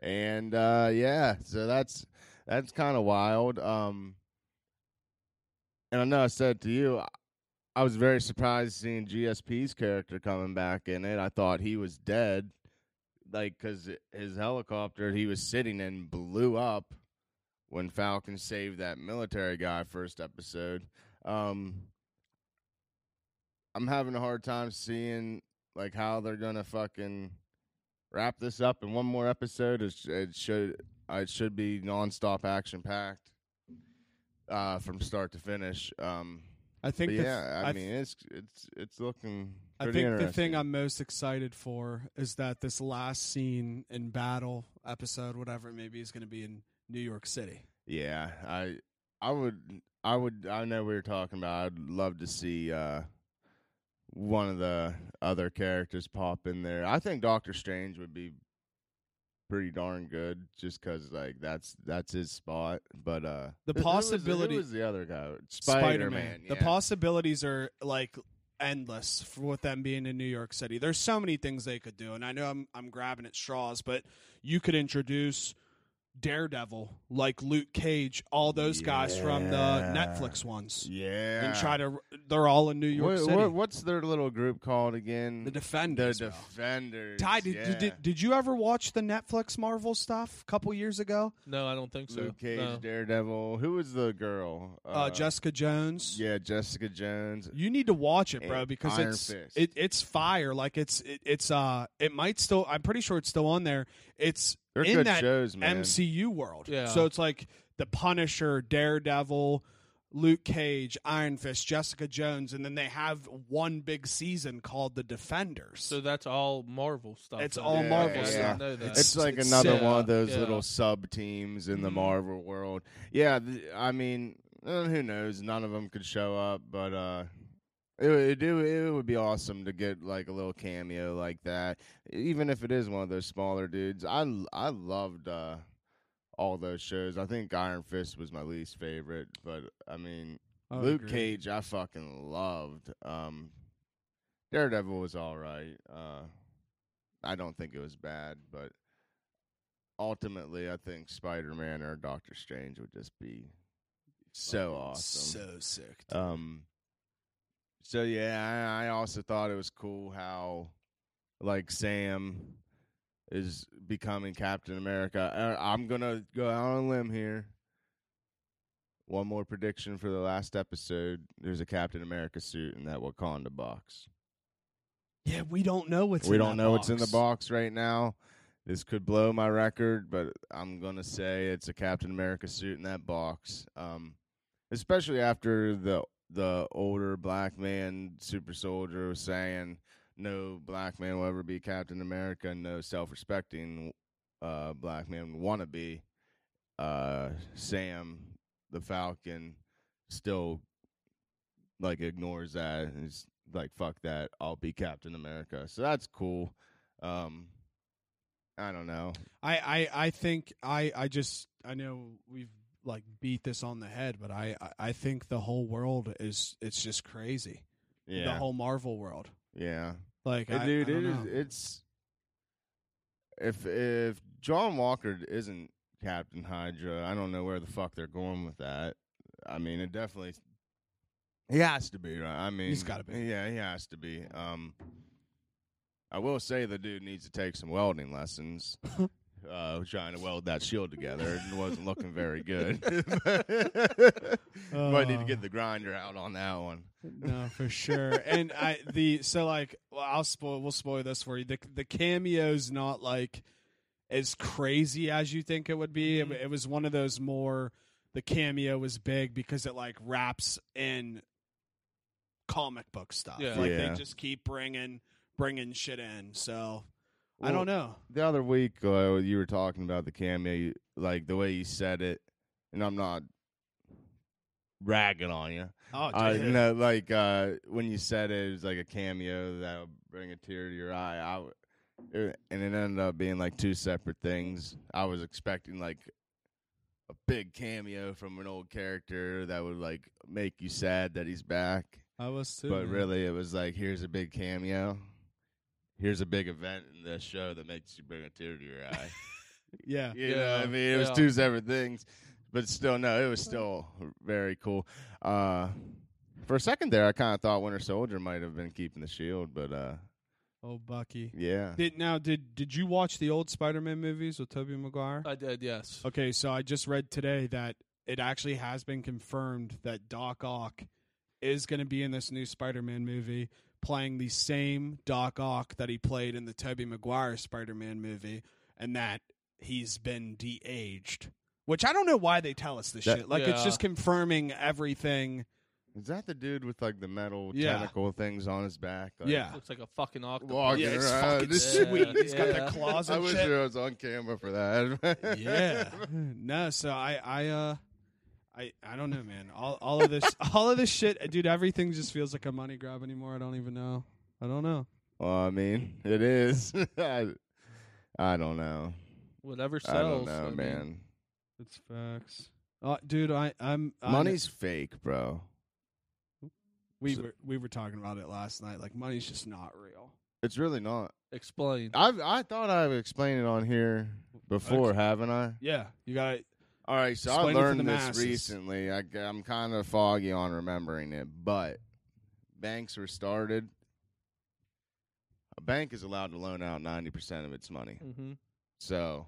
and uh, yeah, so that's that's kind of wild. Um, and I know I said to you, I- I was very surprised seeing GSP's character coming back in it. I thought he was dead, like because his helicopter he was sitting in blew up when Falcon saved that military guy first episode. Um, I'm having a hard time seeing like how they're gonna fucking wrap this up in one more episode. It, sh- it should uh, it should be nonstop action packed uh, from start to finish. Um,
I think
but
the-
yeah, I,
I
mean it's it's it's looking.
I
pretty
think the
interesting.
thing I'm most excited for is that this last scene in battle episode, whatever it may be, is going to be in New York City.
Yeah, I I would I would I know we were talking about I'd love to see uh one of the other characters pop in there. I think Doctor Strange would be pretty darn good, just because like that's that's his spot. But uh,
The
who- who was
possibility-
who was, the other guy, Spider
Spider-Man.
Man.
The possibilities are like endless for with them being in New York City. There's so many things they could do, and I know I'm I'm grabbing at straws, but you could introduce Daredevil, like Luke Cage, all those guys from the
Yeah.
Netflix ones,
yeah,
and try to. They're all in New York
What-
City.
what- what's their little group called again?
the
the
Defenders. bro.
Defenders.
Ty, did,
yeah.
did did you ever watch the Netflix Marvel stuff a couple years ago?
No, I don't think so.
Luke Cage,
No.
Daredevil. Who was the girl?
Uh, Jessica Jones.
Yeah, Jessica Jones.
You need to watch it,
And
bro, because
Iron
it's
Fist.
it, it's fire. Like it's it, it's uh it might still I'm pretty sure it's still on there. It's
They're
in
good
that
shows, man.
MCU world.
Yeah.
So it's like the Punisher, Daredevil, Luke Cage, Iron Fist, Jessica Jones, and then they have one big season called The Defenders.
So that's all Marvel stuff.
It's
then.
all
Yeah,
Marvel
yeah.
stuff.
I didn't know that.
It's-
It's like
it's
another
set
one of
up,
those
yeah.
little sub teams in the
Mm-hmm.
Marvel world. Yeah, th- I mean, uh, who knows? None of them could show up, but uh, it would it, do- it would be awesome to get like a little cameo like that, even if it is one of those smaller dudes. I l- I loved uh, all those shows. I think Iron Fist was my least favorite, but I mean,
I would
Luke
agree.
Cage I fucking loved. Um, Daredevil was all right. Uh, I don't think it was bad, but ultimately, I think Spider Man or Doctor Strange would just be so awesome.
So sick. dude.
Um. So yeah, I, I also thought it was cool how, like Sam, is becoming Captain America. I, I'm gonna go out on a limb here. One more prediction for the last episode: there's a Captain America suit in that Wakanda box.
yeah, we don't know what's
we
in
don't
that
know what's in the box right now. This could blow my record, but I'm gonna say it's a Captain America suit in that box. Um, especially after the the older black man super soldier was saying no black man will ever be Captain America, no self respecting uh, black man wanna be. Uh, Sam the Falcon still like ignores that and is like fuck that i'll be captain america so that's cool um i don't know
I, I, I think I, I just I know we've like beat this on the head, but I, I- I think the whole world is it's just crazy.
yeah
The whole Marvel world.
yeah
Like
Hey,
I,
dude
I
it
don't
is
know.
it's if if john walker isn't captain hydra i don't know where the fuck they're going with that i mean it definitely he has to be right i mean
gotta be.
yeah he has to be um i will say the dude needs to take some
<laughs>
welding lessons uh, trying to weld that shield together and wasn't looking very good. <laughs>
<laughs>
Might
Uh.
need to get the grinder out on that one.
no for sure. and I the so like well, I'll spoil we'll spoil this for you. The the cameo's not like as crazy as you think it would be.
Mm-hmm.
It, it was one of those more the cameo was big because it like wraps in comic book stuff.
Yeah.
Like
Yeah.
they just keep bringing bringing shit in. So <laughs> I don't know.
The other week, uh, you were talking about the cameo, you- like the way you said it, and I'm not ragging on you.
Oh, dude.
I no, like uh, when you said it, it was like a cameo that would bring a tear to your eye. I w- it- and it ended up being like two separate things. I was expecting like a big cameo from an old character that would like make you sad that he's back,
I was too.
but
man.
really it was like here's a big cameo. Here's a big event in this show that makes you bring a tear
<laughs>
to your eye. <laughs>
yeah.
You know what I
Yeah,
mean? It was
yeah.
two separate things, but still, no, it was still very cool. Uh, for a second there, I kind of thought Winter Soldier might have been keeping the shield, but uh,
Oh, Bucky.
yeah,
Did now did did you watch the old Spider-Man movies with Tobey Maguire?
I did, yes.
Okay, so I just read today that it actually has been confirmed that Doc Ock is going to be in this new Spider-Man movie, playing the same Doc Ock that he played in the Tobey Maguire Spider-Man movie, and that he's been de-aged. Which I don't know why they tell us this
That-
shit. Like it's
Yeah.
just confirming everything.
is that the dude with like the metal
Yeah.
tentacle things on his back? Like,
Yeah.
Looks like a fucking octopus.
Walking
Yeah, it's
around.
fucking
This-
sweet. Uh, He's got
yeah.
the claws
<laughs> I
and
wish
shit.
I was on camera for that. <laughs>
yeah. No, so I I uh I I don't know, man. All all of this <laughs> all of this shit, dude, everything just feels like a money grab anymore. I don't even know. I don't know.
<laughs> Well, I mean, it is. I, I don't know.
Whatever
I don't
sells.
know,
mean,
man.
It's facts. Uh, dude, I I'm I-
Money's fake, bro.
we were we were talking about it last night. Like money's just not real.
It's really not.
Explain.
I've I thought I've explained it on here before, haven't I?
Yeah, you got
All right, so I
Explain it to the
learned this
masses.
recently. I, am kind of foggy on remembering it, but banks were started. A bank is allowed to loan out 90% of its money.
mm-hmm.
<laughs> So,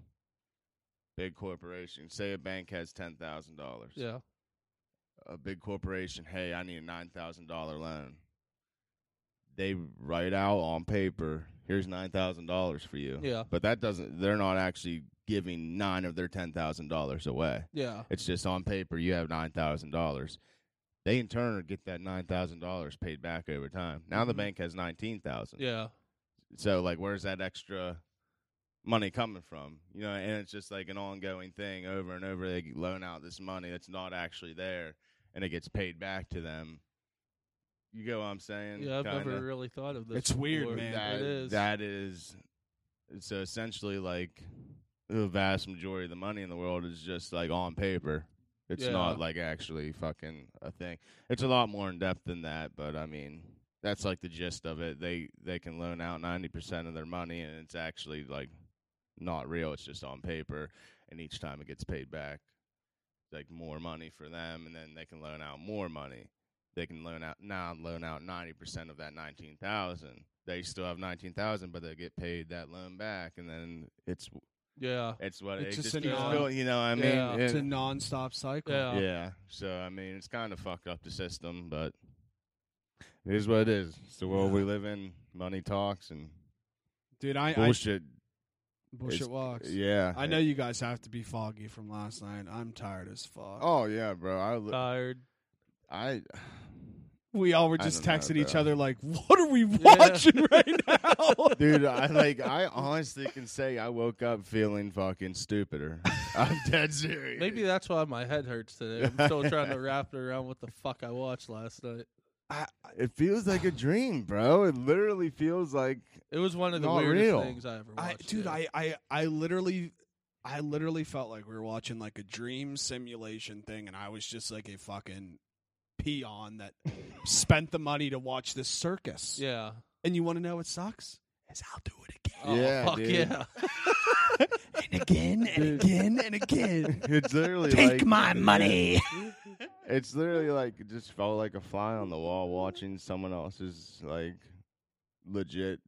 big corporation, say a bank has $10,000.
Yeah.
A big corporation, hey, I need a $9,000 loan. They write out on paper, here's $9,000 for you.
Yeah.
But that doesn't, they're not actually giving nine of their $10,000 away.
Yeah.
It's just on paper you have nine thousand dollars. They in turn get that nine thousand dollars paid back over time. Now the
Mhm.
bank has nineteen thousand.
Yeah.
So like where's that extra money coming from? You know, and it's just like an ongoing thing over and over. They loan out this money that's not actually there and it gets paid back to them. You go what I'm saying?
Yeah. I've
Kinda.
never really thought of this.
It's weird,
before.
man.
That-
it is.
That is. So essentially, like the vast majority of the money in the world is just like on paper. It's
Yeah.
not like actually fucking a thing. It's a lot more in depth than that, but I mean, that's like the gist of it. They they can loan out ninety percent of their money, and it's actually like not real. It's just on paper, and each time it gets paid back, like more money for them, and then they can loan out more money. They can loan out now loan out ninety percent of that nineteen thousand. They still have nineteen thousand, but they get paid that loan back, and then it's
Yeah.
it's what
It's just
it just
an
keeps
on-
building. You know, what I mean,
Yeah.
It-
it's a nonstop cycle.
Yeah.
yeah. So I mean, it's kind of fucked up the system, but it is what it is. It's the world we live in. Money talks and
Dude, I
bullshit.
I, bullshit
is-
walks.
yeah,
I know you guys have to be foggy from last night. I'm tired as fuck.
Oh yeah, bro. I
Uh,
li-
Tired.
I
we all were
I
just
don't know,
texting each
bro.
other like, <laughs> "What are we watching
<laughs>
right now?" <laughs>
dude, I like I honestly can say I woke up feeling
<laughs>
fucking stupider. I'm dead serious.
Maybe that's why my head hurts today. I'm still trying to wrap it around what the fuck I watched last night.
I,
it feels like a dream, bro. It literally feels like
It was one of the
Not
weirdest
real.
things I ever watched.
I dude,
yeah.
I, I I literally I literally felt like we were watching like a dream simulation thing and I was just like a fucking peon that spent the money to watch this circus.
Yeah.
And you want to know what sucks? Is I'll do it again.
Oh,
Yeah,
fuck
dude.
yeah. <laughs>
and again and
Dude.
again and
<laughs>
again.
<laughs> it's literally
Take
like,
my money.
<laughs> It's literally like it just felt like a fly on the wall watching someone else's like legit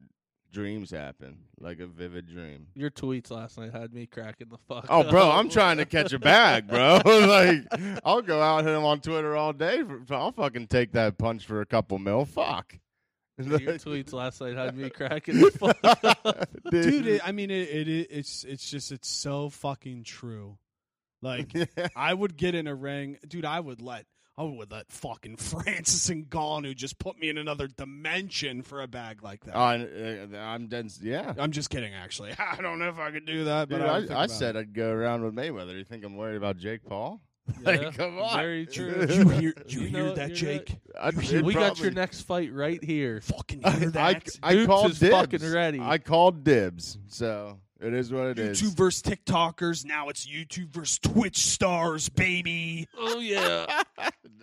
dreams happen, like a vivid dream.
Your tweets last night had me cracking the fuck.
Oh, bro,
up.
I'm trying to catch a bag, bro. <laughs> like, I'll go out hit him on Twitter all day. For, I'll fucking take that punch for a couple mil. Fuck.
<laughs>
<laughs>
Your tweets last night had me cracking the fuck up.
Dude, it, I mean it, it it's it's just it's so fucking true.
<laughs>
<laughs>
Like I would get in a ring, dude. I would let I would let fucking Francis and Ngannou just put me in another dimension for a bag like that.
I, Oh, uh, I'm dense. Yeah.
I'm just kidding, actually. <laughs> I don't know if I could do that, but
Dude,
I, would think
I, I
about
said
it.
I'd go around with Mayweather. You think I'm worried about Jake Paul? <laughs>
Yeah,
like, oh, come on. <laughs>
Very true.
You hear, you,
You know
hear
what,
that,
you're
Jake?
<laughs>
I-
You
it
hear-
we got
probably-
your next fight right here.
Fucking
I, <laughs>
hear
I,
that?
I
Dukes
called
is
dibs.
fucking ready.
I called dibs. So it is what it is.
YouTube versus TikTokers. Now it's YouTube versus Twitch stars, baby.
Oh yeah.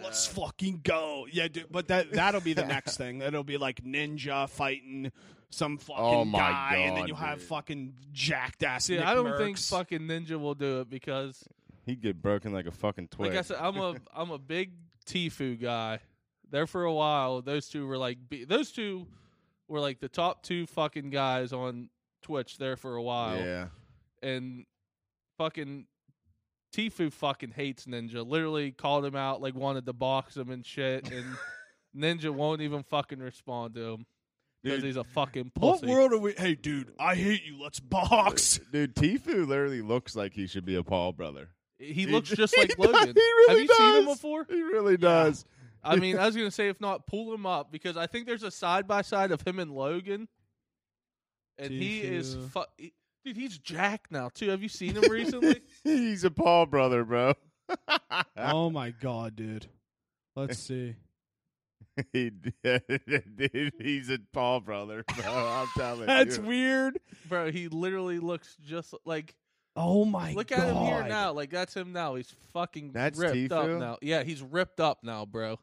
Let's fucking go. Yeah, dude, but that that'll be the next thing. That'll be like ninja fighting some fucking
<laughs> Oh my
guy, and then
God,
you'll have
dude.
fucking jacked ass.
See,
Nick
I don't
Merckx.
think fucking Ninja will do it because,
He'd get broken like a fucking twig.
like I uh, said,
<laughs>
I'm a I'm a big Tfue guy. There for a while, those two were like be- those two were like the top two fucking guys on Twitch. There for a while,
yeah.
and fucking Tfue fucking hates Ninja. Literally called him out, like wanted to box him and shit,
<laughs>
and Ninja won't even fucking respond to him because
Dude.
he's a fucking
What
pussy.
world are we? Hey, dude, I hate you. Let's
<laughs>
box.
Dude, Tfue literally looks like he should be a Paul brother. <laughs>
He looks just
he
like
does-
Logan.
he really
Have you seen him
does.
before?
He really does. <laughs>
I mean, I was gonna say if not, pull him up because I think there's a side by side of him and Logan, and he is
Tfue.
fu- he- dude. He's Jack now too. Have you seen
<laughs>
him recently?
He's a Paul brother, bro.
oh my god, dude.
<laughs>
Let's see.
he, <laughs> dude, he's a Paul brother, bro. I'm telling you.
That's weird.
Bro, he literally looks just like
Oh my
Look
god!
at him here now. Like that's him now. He's fucking
That's
ripped up
Tfue?
now. Yeah, he's ripped up now, bro.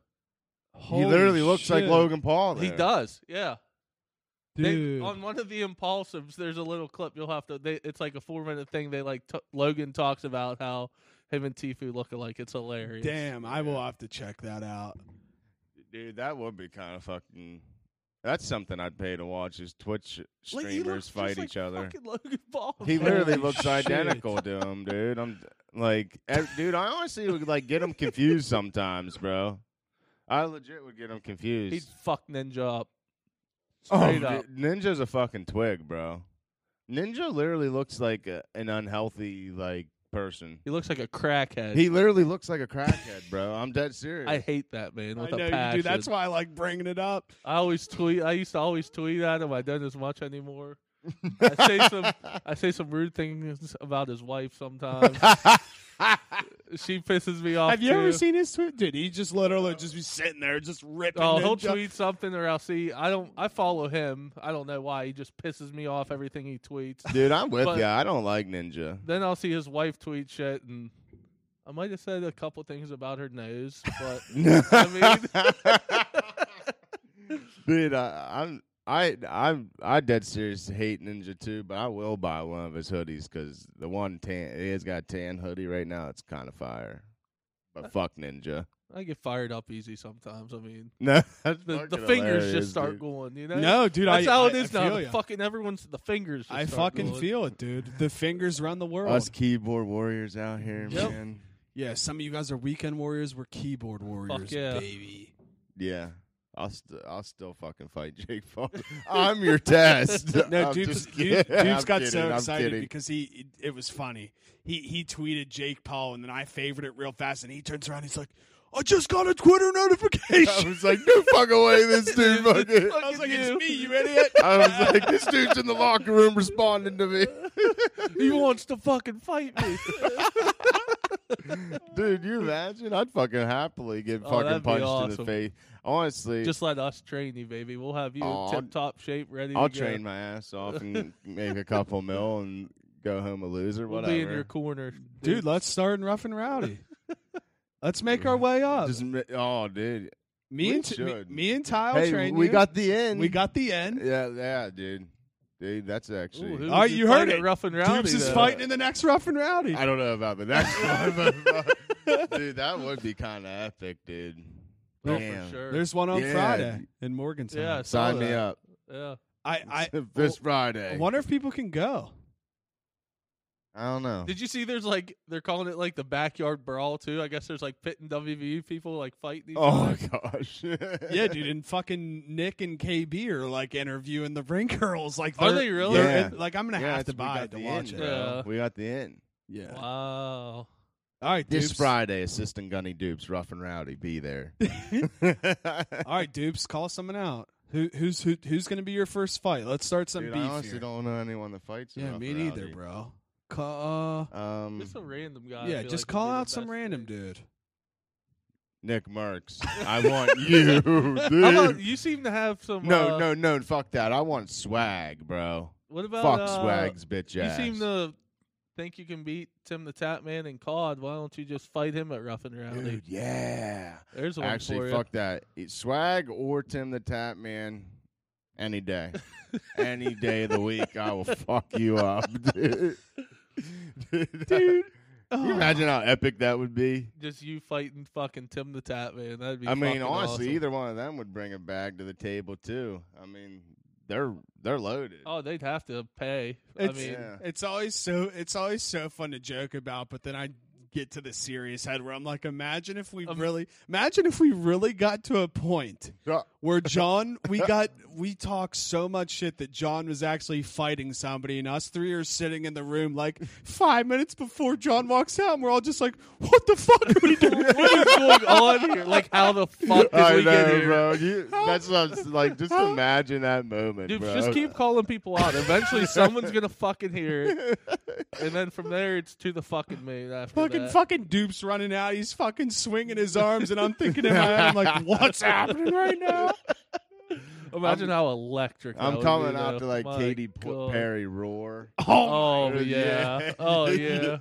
he literally looks like Logan Paul.
He
there.
does. Yeah. They-
Oh, Dude,
on one of the impulsives, there's a little clip you'll have to. They, it's like a four minute thing. They like t- Logan talks about how him and Tifu look alike. It's hilarious.
damn! I will have to check that out.
Dude, that would be kind of fucking. That's something I'd pay to watch is Twitch
Like,
streamers
he looks just
fight
like
each other.
fucking Logan Paul.
He literally
Holy
looks
shit.
identical to him, dude. I'm like, ev- dude, I honestly would like get him confused sometimes, bro. I legit would get him confused.
He'd fuck Ninja up.
Oh,
Straight up.
dude, Ninja's a fucking twig, bro. Ninja literally looks like a, an unhealthy like person.
He looks like a crackhead.
He literally looks like a crackhead, bro. I'm dead serious.
I hate that man
I
with
know
a
you
passion.
do. That's why I like bringing it up.
I always tweet. I used to always tweet at him. I don't as
<laughs>
much anymore. I say some. I say some rude things about his wife
<laughs>
sometimes. she pisses me off.
Have you ever
too.
seen his tweet? Dude, he just literally just be sitting there just ripping.
Oh, he'll
Ninja.
tweet something, or I'll see. I don't. I follow him. I don't know why. He just pisses me off everything he tweets.
dude, I'm with
But-
you. I don't like Ninja.
then I'll see his wife tweet shit, and I might have said a couple things about her nose, but
<laughs>
I
<laughs> dude, I, I'm. I I'm I dead serious hate Ninja too, but I will buy one of his hoodies because the one tan he has got a tan hoodie right now. It's kind of fire, but fuck Ninja. <laughs>
I get fired up easy sometimes. I mean,
No,
the, the fingers just start going. You know,
No, dude,
that's
I,
how
I,
it is
I
now.
feel ya.
Fucking everyone's the fingers. Just
I
start
fucking
going.
feel it, dude. The fingers run the world.
Us keyboard warriors out here,
Yep.
man.
yeah, some of you guys are weekend warriors. We're keyboard warriors,
yeah.
baby.
Yeah. I'll st- I'll still fucking fight <laughs> Jake Paul. I'm your test.
<laughs> No,
I'm
dude's,
just
dude,
kidding.
dude's
I'm
got
kidding.
so
I'm
excited
kidding.
because he it, it was funny. He he tweeted Jake Paul, and then I favored it real fast, and he turns around, he's like, "I just got a Twitter
<laughs>
<laughs>
I
notification."
was like, no fuck away, this dude. Fucking.
I was like,
Fucking you.
"It's me, you idiot."
<laughs> I was like, this dude's in the locker room responding to me.
<laughs>
<laughs>
He wants to fucking fight
<laughs>
me.
Dude, you imagine? I'd fucking happily get
Oh,
fucking
that'd be
punched in the
awesome.
face. Honestly,
Just let us train you, baby. We'll have you
Aw,
in tip top shape, ready.
I'll
to go.
train my ass off and make a couple mil and go home a loser.
We'll
Whatever.
be in <laughs> your corner,
<laughs> Dude, let's start in rough and <laughs> rowdy. Let's make our way up.
Just mi- oh, dude.
me
we
and T- me,
should.
me and Ty will
Hey,
train
we
you.
got the end.
we got the end.
Yeah, yeah, dude. Dude, that's actually.
Ooh, who
All
would
right, you heard
fight at
it.
Rough and Rowdy.
Dupes is
though?
fighting in the next rough and rowdy.
I don't know about the
<laughs>
next one, but dude, that would be kind of epic, dude.
Oh,
Damn.
for sure.
There's one on
Yeah.
Friday in Morgantown.
yeah, I saw
Sign me
that.
up
Yeah.
I, I
<laughs> this
I
Friday.
wonder if people can go.
I don't know.
Did you see? There's like they're calling it like the backyard brawl too. I guess there's like pit and WVU people like fighting
<laughs>
each
oh <laughs>
other.
my gosh.
Yeah, dude, and fucking Nick and KB are like interviewing the ring girls. Like,
Are
they're-
they really?
they're-
Yeah.
Like, I'm gonna
<laughs> Yeah,
have
it's-
to
we
buy
got
it to
the
watch
end,
it.
bro.
Yeah.
We got the end.
Yeah.
Wow.
All right,
This
Dupes.
Friday, Assistant Gunny Dupes, Rough and Rowdy,
<laughs>
be there.
All right, Dupes, call someone out. Who, who's who, who's gonna be your first fight? Let's start some
<laughs> Dude, I
beef
honestly
here.
don't know anyone that fights. in
yeah,
Rough
me
and
neither,
Rowdy.
bro. Call,
Um,
Just a random guy.
uh,
I
yeah,
feel
just
like, would
call
be the
out some
best
random
thing.
dude.
Nick Marks.
<laughs>
I want you, dude.
<laughs> How about you seem to have some?
no,
uh,
no, no. Fuck that. I want swag, bro.
What about
Fuck
uh,
swag's bitch
You
ass.
seem to think you can beat Tim the Tap Man and Cod. Why don't you just fight him at Rough and Rowdy?
Dude, yeah.
There's one for
Actually,
ya.
fuck that. It's Swag or Tim the Tap Man, any
<laughs>
day, any day of the week, I will fuck you up, <laughs> dude. <laughs> Dude,
<laughs> Oh,
can <laughs> you imagine how epic that would be.
Just you fighting fucking Tim the Tap Man. That'd be.
I mean,
fucking
honestly,
awesome.
either one of them would bring a bag to the table too. I mean, they're they're loaded.
Oh, they'd have to pay. I
It's-
mean,
Yeah.
It's always so it's always so fun to joke about, but then I get to the serious head where I'm like, imagine if we
Um,
really imagine if we really got to a point
Yeah.
where John we got we talked so much shit that John was actually fighting somebody and us three are sitting in the room like five minutes before John walks out and we're all just like, What the fuck are we doing?
what is going on here? Like, how the fuck did
I
we get
know,
here?
bro. You, that's what I'm s- like. Just imagine that moment,
Dude,
bro.
just keep calling people out. Eventually, someone's gonna fucking hear it,
<laughs>
and then from there, it's to the fucking moon. After
Fucking
that.
fucking dupes running out. He's fucking swinging his arms, and I'm thinking in my head, I'm like, "What's happening right now?"
Imagine how electric. that
I'm
would
coming
be,
out
though.
to like
My
Katy P-
God.
Perry roar.
<laughs>
Oh
God,
yeah.
<laughs> yeah. <laughs>
Oh yeah.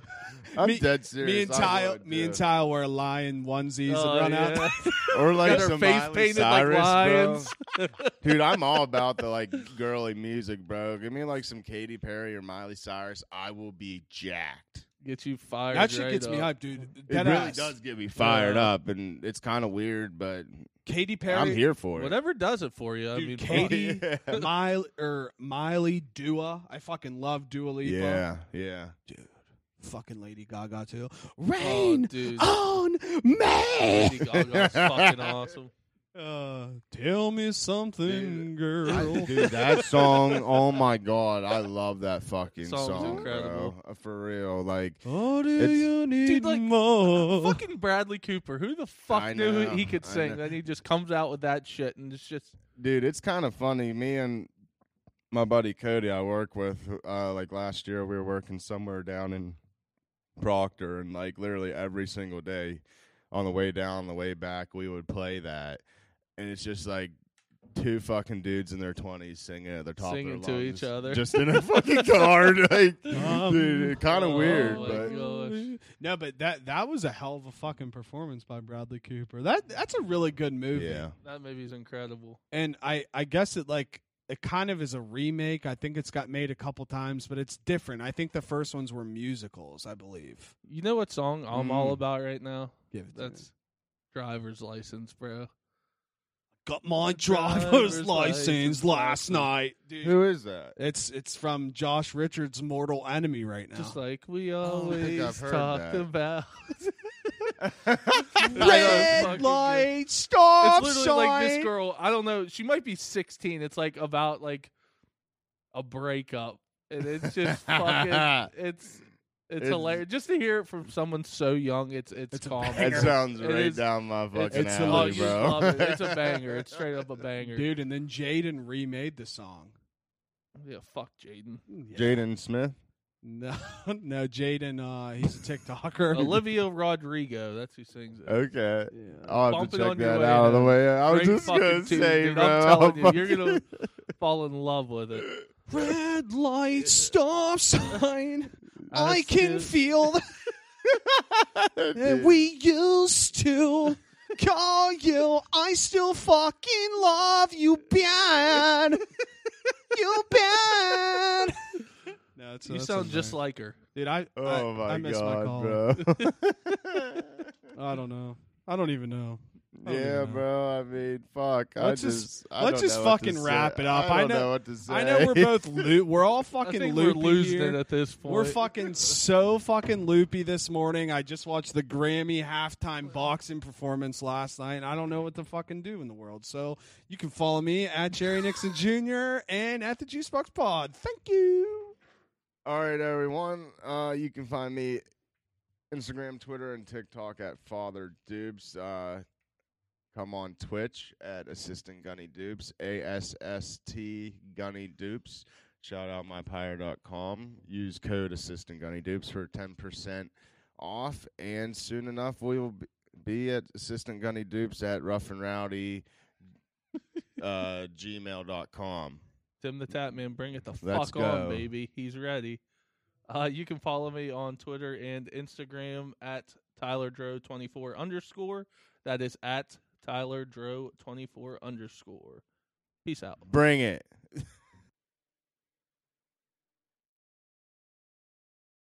I'm
Me-
dead serious.
Me and
I
Tyle,
would,
me and
dude.
Tyle wear lion onesies
Oh,
and run
yeah.
out.
or like
Got their
some
face
Miley
painted
Cyrus,
like
bro.
lions.
<laughs> Dude, I'm all about the like girly music, bro. Give me like some Katy Perry or Miley Cyrus. I will be jacked.
Get you fired.
<laughs> That shit
right
gets me
up.
hyped, dude.
It
Dead
really
ass.
does get me fired
Yeah.
up, and it's kind of weird, but
Katy
I'm
Perry,
here for it.
Whatever does it for you. I
Dude,
mean,
Katy-
fuck.
Katie. Miley or er, Miley Dua. I fucking love Dua Lipa.
<laughs> yeah, yeah.
dude. Fucking Lady Gaga too.
Oh,
Rain
dude.
on me.
<laughs>
Lady Gaga's fucking awesome.
Uh, tell me something, girl.
<laughs> Dude, that song, oh my god, I love that fucking
Song's
song,
incredible.
bro. For real, like
Oh, do
It's-
you need
Dude, like,
more?
Fucking Bradley Cooper. Who the fuck
I
knew
know,
he could
I
sing?
know.
Then he just comes out with that shit and it's just
dude it's kind of funny me and my buddy cody i work with uh like last year we were working somewhere down in proctor and like literally every single day on the way down on the way back we would play that and it's just like two fucking dudes in their 20s singing at the top
Singing
of
to
their lungs,
each other.
just in a fucking car <laughs> like
<laughs>
Um,
dude it kind of
oh
weird
my
but
gosh.
no, but that that was a hell of a fucking performance by Bradley Cooper. That that's a really good movie.
yeah
that movie's incredible.
and I I guess it like it kind of is a remake. I think it's got made a couple times, but it's different. I think the first ones were musicals, I believe.
You know what song I'm all
Mm.
about right now?
Give it to me.
That's driver's license, bro.
got my driver's, license,
Driver's license
last
last
night, dude.
who
<laughs>
is that
It's it's from Josh Richards' Mortal Enemy right now.
<laughs> Just like we
don't
always
Oh. think I've heard
talked
that.
about.
I
fucking
Red
good.
light, stop
it's literally like this girl. I don't know. She might be 16. It's like about like a breakup, and it's just
<laughs>
fucking. It's it's,
It's-
hilarious just to hear it from someone so young. It's it's,
It's a
calm.
that sounds
It
right
is-
down my
It's,
fucking
it's
alley,
oh, you
bro.
just love it.
<laughs>
It's a banger. It's straight up a banger.
dude. And then Jaden remade the song.
Yeah, fuck
<laughs>
Jaden.
Yeah.
Jaden Smith.
No, <laughs> no, Jaden. Uh, he's a TikToker.
Olivia Rodrigo. That's who sings it.
Okay.
Yeah.
I'll have
Bump
to
it
check
on your
that
way
out of the
in.
way. I was
Great
just gonna
fucking tune,
say,
dude.
bro.
I'm telling you, you're gonna fall in love with it.
Red light, stop
<laughs>
sign. I
Honest,
can
dude.
feel that <laughs>
<laughs> Dude.
we used to call you. I still fucking love you, bad. You bad. No, it's,
you sound just like her.
dude. I
Oh
<laughs> I,
my
miss my
god,
call.
bro. <laughs>
I don't know. I don't even know. I don't
yeah,
even know.
bro. I mean, fuck. I
Let's just-
just, I
let's
don't
just
know what to
fucking
say.
wrap it up.
I
I
don't
know-
know what to say.
I know we're both loo- we're all
I
fucking
think we're
loopy
losing
here.
it at this point.
We're
<laughs>
fucking so fucking loopy this morning. I just watched the Grammy halftime boxing performance last night. And I don't know what to fucking do in the world. So you can follow me at Jerry Nixon Jr. and at the Juicebox Pod. Thank you.
All right, everyone. Uh, you can find me Instagram, Twitter, and TikTok at Father Dubes. Uh, come on Twitch at Assistant Gunny Dubes, A S S T Gunny Dupes. Shout out mypire.com. Use code Assistant Gunny Dupes for 10% off. And soon enough, we will b- be at Assistant Gunny Dupes at rough and rowdy uh, gmail.com.
Tim the Tap Man, bring it the
Let's
fuck on,
go.
baby. He's ready. Uh, you can follow me on Twitter and Instagram at TylerDro24 underscore. That is at TylerDro24 underscore. Peace out.
Bring it.